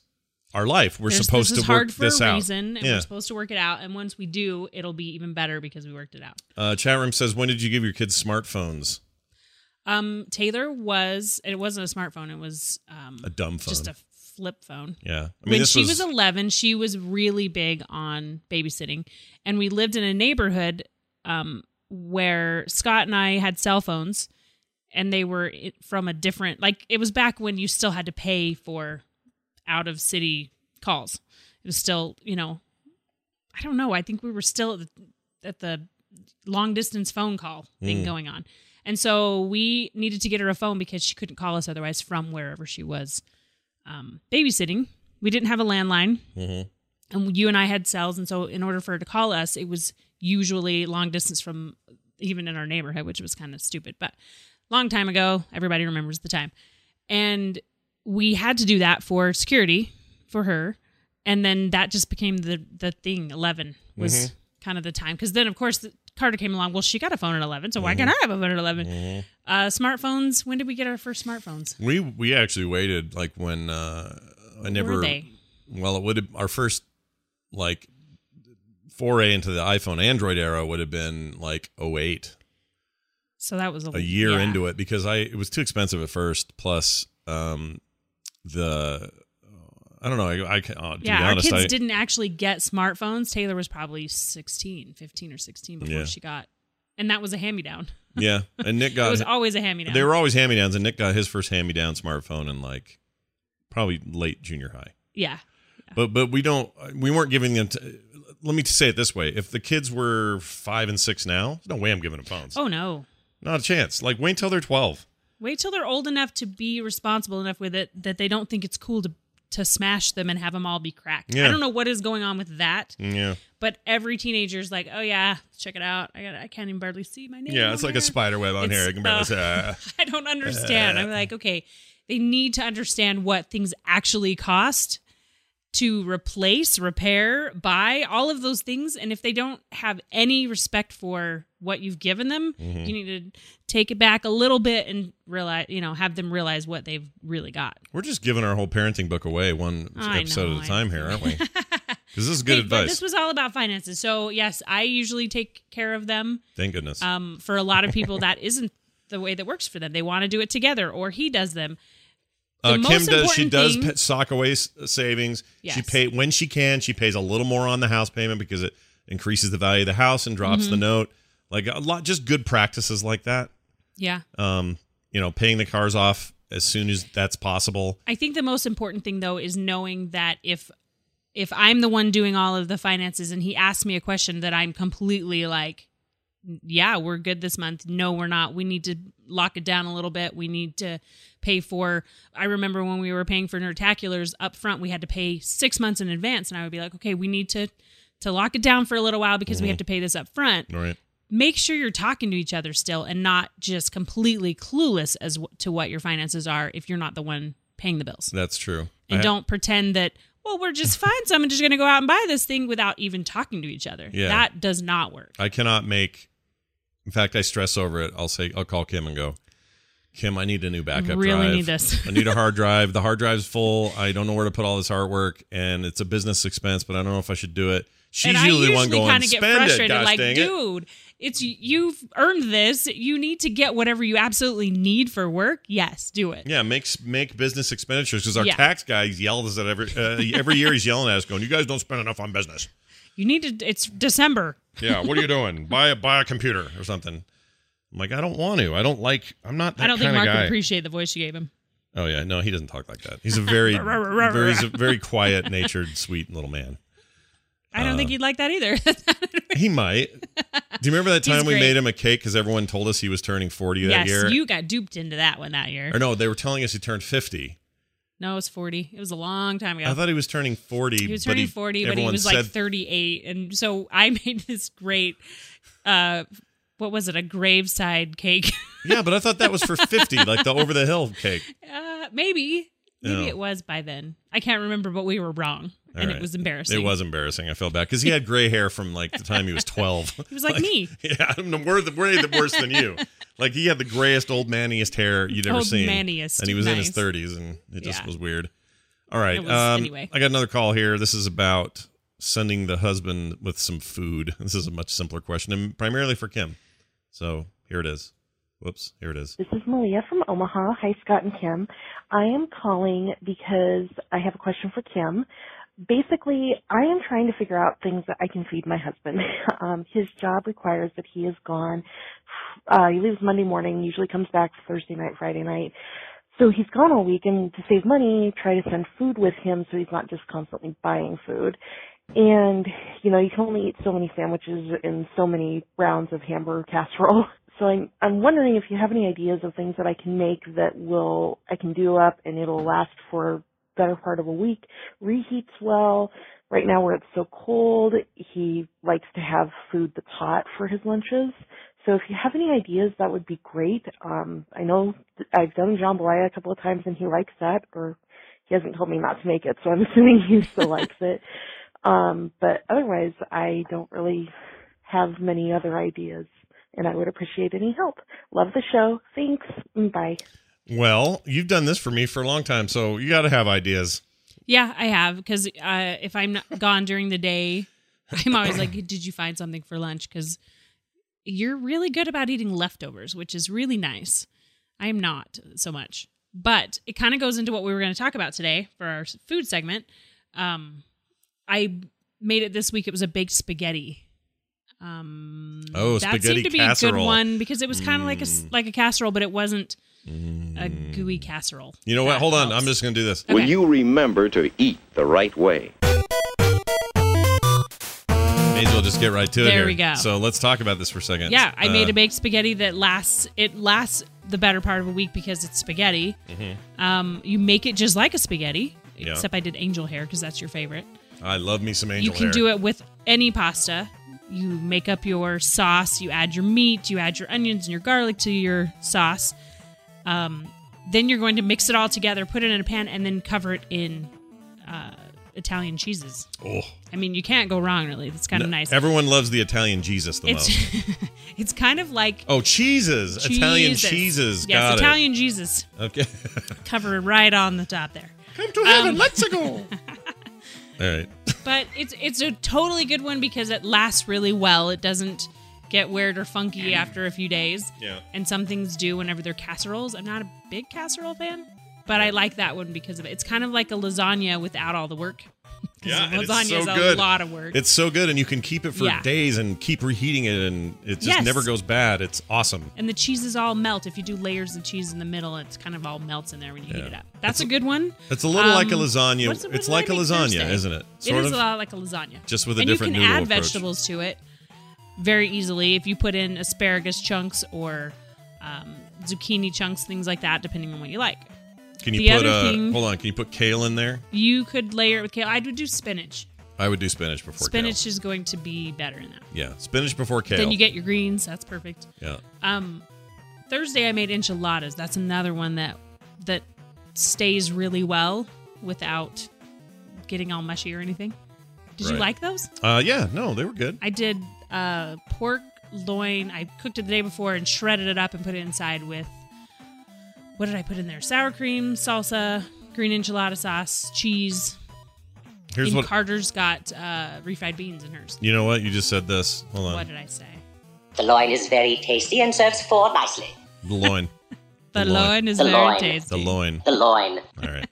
A: our life we're
B: There's-
A: supposed
B: this is
A: to work
B: hard for
A: this
B: a
A: out
B: reason, and
A: Yeah.
B: we're supposed to work it out. And once we do, it'll be even better because we worked it out.
A: uh, chat room says when did you give your kids smartphones
B: Um, Taylor was it wasn't a smartphone; it was um,
A: a dumb phone
B: just a flip phone.
A: yeah i mean
B: when
A: this
B: she
A: was,
B: was 11, she was really big on babysitting, and we lived in a neighborhood um, where Scott and I had cell phones, and they were i- from a different like it was back when you still had to pay for out of city calls. It was still you know, I don't know. I think we were still at the, at the long distance phone call thing
A: Mm.
B: going on. And so we needed to get her a phone because she couldn't call us otherwise from wherever she was um, babysitting. We didn't have a landline,
A: Mhm.
B: and you and I had cells. And so, in order for her to call us, it was usually long distance from even in our neighborhood, which was kind of stupid. But long time ago, everybody remembers the time. And we had to do that for security for her. And then that just became the, the thing. 11 was
A: Mm-hmm.
B: kind of the time. Because then, of course, the, Carter came along. Well, she got a phone at 11, so why
A: Mm-hmm.
B: can't I have a phone at 11? Uh, smartphones. When did we get our first smartphones?
A: we we actually waited like when uh i
B: Were
A: never
B: they?
A: well it would have our first like foray into the iphone android era would have been like 08
B: So that was a,
A: a year
B: Oh, yeah.
A: into it because I it was too expensive at first. Plus, um, the I don't know. I, I can uh, to
B: yeah,
A: be honest,
B: our kids
A: I,
B: didn't actually get smartphones. Taylor was probably 16, 15 or 16 before
A: Yeah.
B: she got. And that was a hand-me-down.
A: yeah. And Nick
B: it
A: got
B: was always a hand-me-down.
A: they were always hand me downs, and Nick got his first hand me down smartphone in like probably late junior high.
B: yeah.
A: But but we don't we weren't giving them. To, let me say it this way: if the kids were five and six now, there's no way I'm giving them phones.
B: Oh no.
A: Not a chance. Like wait until they're twelve.
B: Wait till they're old enough to be responsible enough with it that they don't think it's cool to to smash them and have them all be cracked.
A: Yeah.
B: I don't know what is going on with that,
A: Yeah,
B: but every teenager's like, "Oh yeah, check it out. I got I can't even barely see my name."
A: yeah. It's
B: on
A: like a
B: there."
A: spider web on
B: It's-
A: here. I can barely
B: uh,
A: say. ah.
B: I don't understand. I'm like, okay, they need to understand what things actually cost to replace, repair, buy, all of those things. And if they don't have any respect for what you've given them,
A: Mm-hmm.
B: you need to take it back a little bit and realize, you know, have them realize what they've really got.
A: We're just giving our whole parenting book away one
B: I
A: episode
B: know,
A: at a
B: I
A: time here, aren't we? Because this is good
B: Hey, but
A: advice.
B: This was all about finances. So, yes, I usually take care of them.
A: Thank goodness.
B: Um, for a lot of people, that isn't the way that works for them. They want to do it together, or he does them. the
A: uh,
B: most
A: Kim does. She
B: important
A: does
B: thing-
A: pa- sock away s- savings. She
B: Yes.
A: pay when she can. She pays a little more on the house payment because it increases the value of the house and drops
B: Mm-hmm.
A: the note. Like a lot, just good practices like that.
B: Yeah.
A: Um, you know, paying the cars off as soon as that's possible.
B: I think the most important thing though is knowing that if if I'm the one doing all of the finances and he asks me a question that I'm completely like yeah, we're good this month. No, we're not. We need to lock it down a little bit. We need to pay for I remember when we were paying for Nertaculars up front, we had to pay 6 months in advance and I would be like, "Okay, we need to to lock it down for a little while because we have to pay this up front."
A: Right.
B: make sure you're talking to each other still and not just completely clueless as w- to what your finances are if you're not the one paying the bills.
A: That's true.
B: And
A: I-
B: don't pretend that well we're just fine so I'm just going to go out and buy this thing without even talking to each other.
A: Yeah.
B: That does not work.
A: I cannot make. In fact, I stress over it. I'll say I'll call Kim and go, Kim, I need a new backup
B: Really
A: drive.
B: need this."
A: I need a hard drive. The hard drive's full. I don't know where to put all this artwork, and it's a business expense, but I don't know if I should do it. She's
B: and
A: usually
B: I
A: the one
B: usually
A: going,
B: kind of get
A: "Spend it,
B: frustrated,
A: gosh
B: like,
A: dang it."
B: dude, it's you've earned this. You need to get whatever you absolutely need for work. Yes, do it.
A: Yeah, make make business expenditures because our
B: Yeah.
A: tax guy yells us at every uh, every year. He's yelling at us, going, "You guys don't spend enough on business."
B: You need to. It's December.
A: Yeah, what are you doing? buy a buy a computer or something. I'm like, I don't want to. I don't like. I'm not. That
B: I don't think
A: kinda
B: Mark
A: guy.
B: would appreciate the voice you gave him.
A: Oh yeah, no, he doesn't talk like that. He's a very, very, he's a very quiet natured, sweet little man.
B: I don't
A: Uh,
B: think he'd like that either.
A: He might. Do you remember that
B: He's
A: time we
B: great.
A: made him a cake because everyone told us he was turning forty that
B: yes,
A: year?
B: you got duped into that one that year.
A: or no, they were telling us he turned fifty.
B: No, it was forty. It was a long time ago.
A: I thought he was turning forty.
B: he was
A: but
B: turning 40 but he
A: everyone
B: was
A: said,
B: like 38 and so i made this great uh what was it a graveside cake
A: Yeah, but I thought that was for fifty, like the over the hill cake.
B: uh maybe maybe
A: No.
B: it was by then i can't remember but we were wrong
A: All
B: and
A: right.
B: it was embarrassing
A: It was embarrassing. I felt bad because he had gray hair from like the time he was twelve.
B: he was like, me
A: yeah, I'm the, we're the, way the worse than you. Like he had the grayest, old manniest hair you'd ever
B: Old
A: seen,
B: manniest.
A: and he was in his
B: Nice.
A: 30s, and it just
B: Yeah.
A: was weird. All right,
B: It was-
A: um,
B: anyway.
A: I got another call here. This is about sending the husband with some food. This is a much simpler question, and primarily for Kim. So here it is. Whoops, here it is.
D: This is Malia from Omaha. Hi, Scott and Kim. I am calling because I have a question for Kim. Basically, I am trying to figure out things that I can feed my husband. Um, his job requires that he is gone. Uh, he leaves Monday morning, usually comes back Thursday night, Friday night. So he's gone all week, and to save money, try to send food with him so he's not just constantly buying food. And, you know, you can only eat so many sandwiches and so many rounds of hamburger casserole. So I'm, I'm wondering if you have any ideas of things that I can make that will, I can do up and it'll last for better part of a week, reheats well. Right now where it's so cold, he likes to have food that's hot for his lunches. So if you have any ideas, that would be great. Um, I know th- I've done jambalaya a couple of times and he likes that, or he hasn't told me not to make it, so I'm assuming he still likes it. Um, but otherwise, I don't really have many other ideas, and I would appreciate any help. Love the show. Thanks. Bye.
A: Well, you've done this for me for a long time, so you got to have ideas.
B: yeah i have because uh if i'm not gone during the day i'm always like did you find something for lunch because you're really good about eating leftovers which is really nice i am not so much but it kind of goes into what we were going to talk about today for our s- food segment um i made it this week it was a baked spaghetti um
A: Oh,
B: that
A: spaghetti
B: seemed to be a
A: casserole.
B: good one because it was kind of like a s-
A: Mm.
B: like a casserole but it wasn't a
A: Mm.
B: gooey casserole
A: You know what?
B: That
A: Hold on.
B: helps.
A: I'm just going to do this.
E: Will
B: Okay.
E: you remember to eat the right way?
A: May as well just get right to it.
B: There
A: here.
B: we go.
A: So let's talk about this for a second.
B: Yeah, I made
A: Uh,
B: a baked spaghetti that lasts. It lasts the better part of a week because it's spaghetti. Um, you make it just like a spaghetti,
A: Mm-hmm. Yeah.
B: except I did angel hair because that's your favorite.
A: I love me some angel
B: you can
A: hair.
B: do it with any pasta. You make up your sauce. You add your meat. You add your onions and your garlic to your sauce. Um, then you're going to mix it all together, put it in a pan, and then cover it in uh, Italian cheeses.
A: Oh.
B: I mean, you can't go wrong, really. It's kind of nice.
A: Everyone loves the Italian Jesus the
B: it's
A: most.
B: it's kind of like
A: Oh, cheeses. Italian
B: Jesus.
A: cheeses.
B: Yes,
A: Got
B: Italian Jesus
A: it. Okay.
B: covered right on the top there.
A: Come to heaven. Let's go. All right.
B: But it's it's a totally good one because it lasts really well. It doesn't get weird or funky after a few days.
A: Mm. Yeah.
B: And some things do whenever they're casseroles. I'm not a big casserole fan, but I like that one because of it. It's kind of like a lasagna without all the work. 'Cause
A: Yeah, and it's
B: lasagna
A: so
B: is
A: good.
B: a lot of work.
A: It's so good, and you can keep it for
B: Yeah.
A: days and keep reheating it, and it just
B: Yes.
A: never goes bad. It's awesome.
B: and the cheeses all melt. If you do layers of cheese in the middle, it's kind of all melts in there when you
A: Yeah.
B: heat it up. That's a good one.
A: It's a little like a
B: Um,
A: lasagna.
B: what's- what
A: it's
B: did
A: like
B: I
A: a
B: make
A: lasagna,
B: Thursday?
A: isn't it?
B: it is a lot like a lasagna.
A: just with a
B: and
A: different
B: you can
A: noodle
B: add
A: approach.
B: vegetables to it very easily if you put in asparagus chunks or um, zucchini chunks, things like that, depending on what you like.
A: Can you
B: The
A: put
B: other
A: uh,
B: thing-
A: hold on? Can you put kale in there?
B: You could layer it with kale. I would do spinach.
A: I would do spinach before
B: spinach is going to be better in that.
A: kale. Yeah, spinach before kale.
B: Then you get your greens. That's perfect.
A: yeah.
B: Um, Thursday I made enchiladas. That's another one that that stays really well without getting all mushy or anything. Did you
A: Right.
B: like those?
A: Uh, yeah. No, they were good.
B: I did uh, pork loin. I cooked it the day before and shredded it up and put it inside with what did I put in there? Sour cream, salsa, green enchilada sauce, cheese.
A: Here's
B: and
A: what
B: Carter's got uh, refried beans in hers.
A: you know. What you just said this. Hold on.
B: What did I say?
F: The loin is very tasty and serves four nicely.
A: The loin.
B: The,
A: The loin.
B: loin, is
F: The
B: very
F: loin.
B: tasty.
A: The loin.
F: The loin.
A: All right.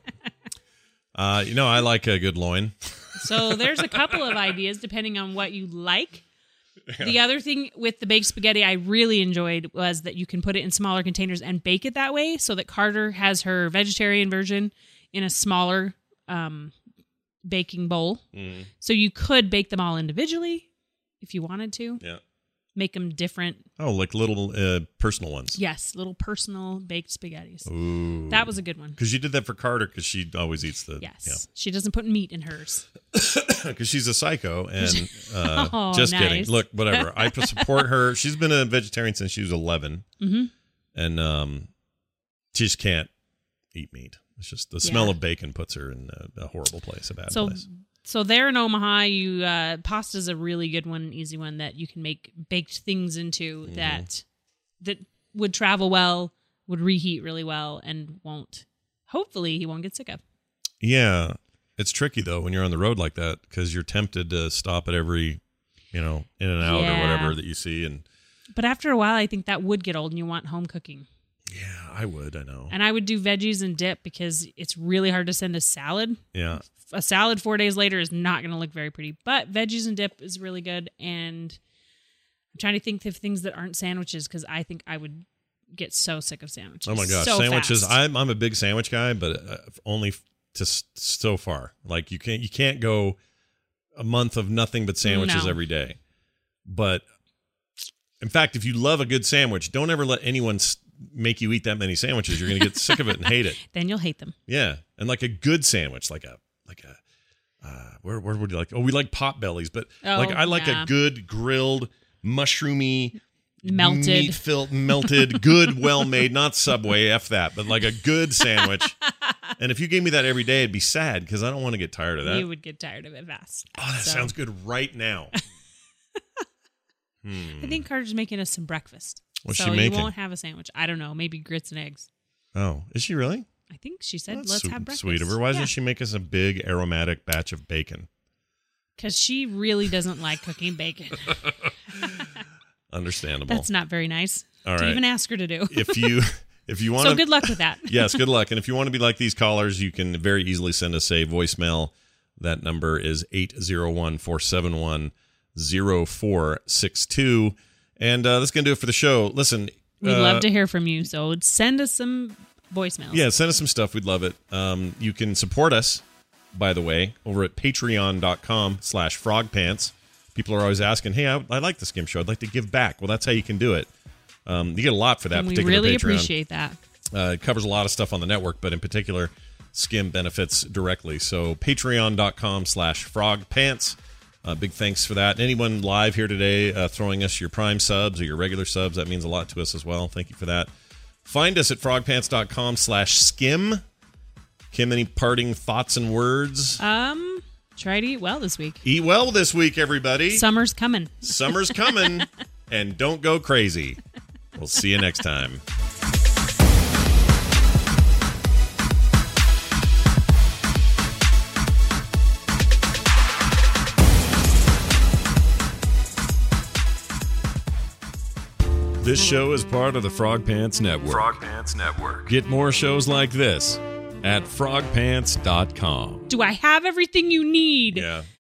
A: Uh, you know, I like a good loin.
B: So there's a couple of ideas depending on what you like. The other thing with the baked spaghetti I really enjoyed was that you can put it in smaller containers and bake it that way so that Carter has her vegetarian version in a smaller um, baking bowl.
A: Mm,
B: So you could bake them all individually if you wanted to,
A: yeah.
B: make them different.
A: Oh, like little uh, personal ones.
B: Yes, little personal baked spaghettis.
A: Ooh.
B: That was a good one.
A: because you did that for Carter because she always eats the.
B: Yes. She doesn't put meat in hers.
A: because she's a psycho and uh,
B: Oh,
A: just kidding.
B: nice.
A: Look, whatever. I p- support her. She's been a vegetarian since she was 11,
B: hmm
A: and um, she just can't eat meat. It's just the smell
B: Yeah.
A: of bacon puts her in a, a horrible place, a bad
B: So,
A: place.
B: so there in Omaha, you uh, pasta's a really good one, easy one that you can make baked things into
A: Mhm.
B: that that would travel well, would reheat really well, and won't. Hopefully, he won't get sick of.
A: Yeah, it's tricky though when you're on the road like that because you're tempted to stop at every, you know, in and out or
B: Yeah.
A: whatever that you see, and
B: But after a while, I think that would get old, and you want home cooking.
A: yeah, I would, I know,
B: And I would do veggies and dip because it's really hard to send a salad.
A: yeah,
B: A salad four days later is not going to look very pretty, but veggies and dip is really good. And I'm trying to think of things that aren't sandwiches because I think I would get so sick of sandwiches.
A: Oh my gosh,
B: so
A: sandwiches!
B: fast.
A: I'm I'm a big sandwich guy, but uh, only f- to s- so far. Like you can't you can't go a month of nothing but sandwiches
B: No.
A: every day. But in fact, if you love a good sandwich, don't ever let anyone s- make you eat that many sandwiches. You're gonna get sick of it and hate it.
B: then you'll hate them.
A: Yeah, and like a good sandwich, like a like a. Uh, where where would you like? Oh, we like pot bellies, but
B: Oh,
A: like I like
B: yeah.
A: a good grilled mushroomy
B: Melted.
A: meat filled melted good well made not subway f that but like a good sandwich and if you gave me that every day it'd be sad because i don't want to get tired of that
B: You would get tired of it fast.
A: oh that
B: So-
A: sounds good right now Hmm.
B: I think Carter's making us some breakfast.
A: What's
B: so
A: she
B: you
A: making?
B: won't have a sandwich. I don't know. Maybe grits and eggs.
A: oh is she really
B: I think she said,
A: That's
B: "Let's
A: su-
B: have breakfast."
A: sweet of her why
B: Yeah.
A: doesn't she make us a big aromatic batch of bacon
B: Because she really doesn't like cooking bacon.
A: understandable
B: That's not very nice
A: all
B: to
A: right
B: even ask her to do.
A: if you if you want
B: So
A: to
B: good luck with that.
A: yes, good luck. And if you want to be like these callers, you can very easily send us a voicemail. That number is 801 471 0462. And uh, that's going to do it for the show. Listen,
B: We'd
A: uh,
B: love to hear from you. So send us some voicemails.
A: Yeah, send us some stuff. We'd love it. Um, you can support us, by the way, over at patreon.com slash frogpants. People are always asking, hey, I, I like the skim show. I'd like to give back. Well, that's how you can do it. Um, you get a lot for that
B: and we
A: particular
B: really
A: Patreon.
B: appreciate that.
A: Uh, it covers a lot of stuff on the network, but in particular, Skim benefits directly. So patreon.com slash frogpants. Uh, big thanks for that. Anyone live here today uh, throwing us your prime subs or your regular subs, that means a lot to us as well. Thank you for that. Find us at frogpants.com slash skim. Kim, any parting thoughts and words?
B: Um, try to eat well this week.
A: Eat well this week, everybody.
B: Summer's coming.
A: Summer's coming, and don't go crazy. We'll see you next time. This show is part of the Frog Pants Network. Frog Pants Network. Get more shows like this at frogpants.com.
B: Do I have everything you need?
A: Yeah.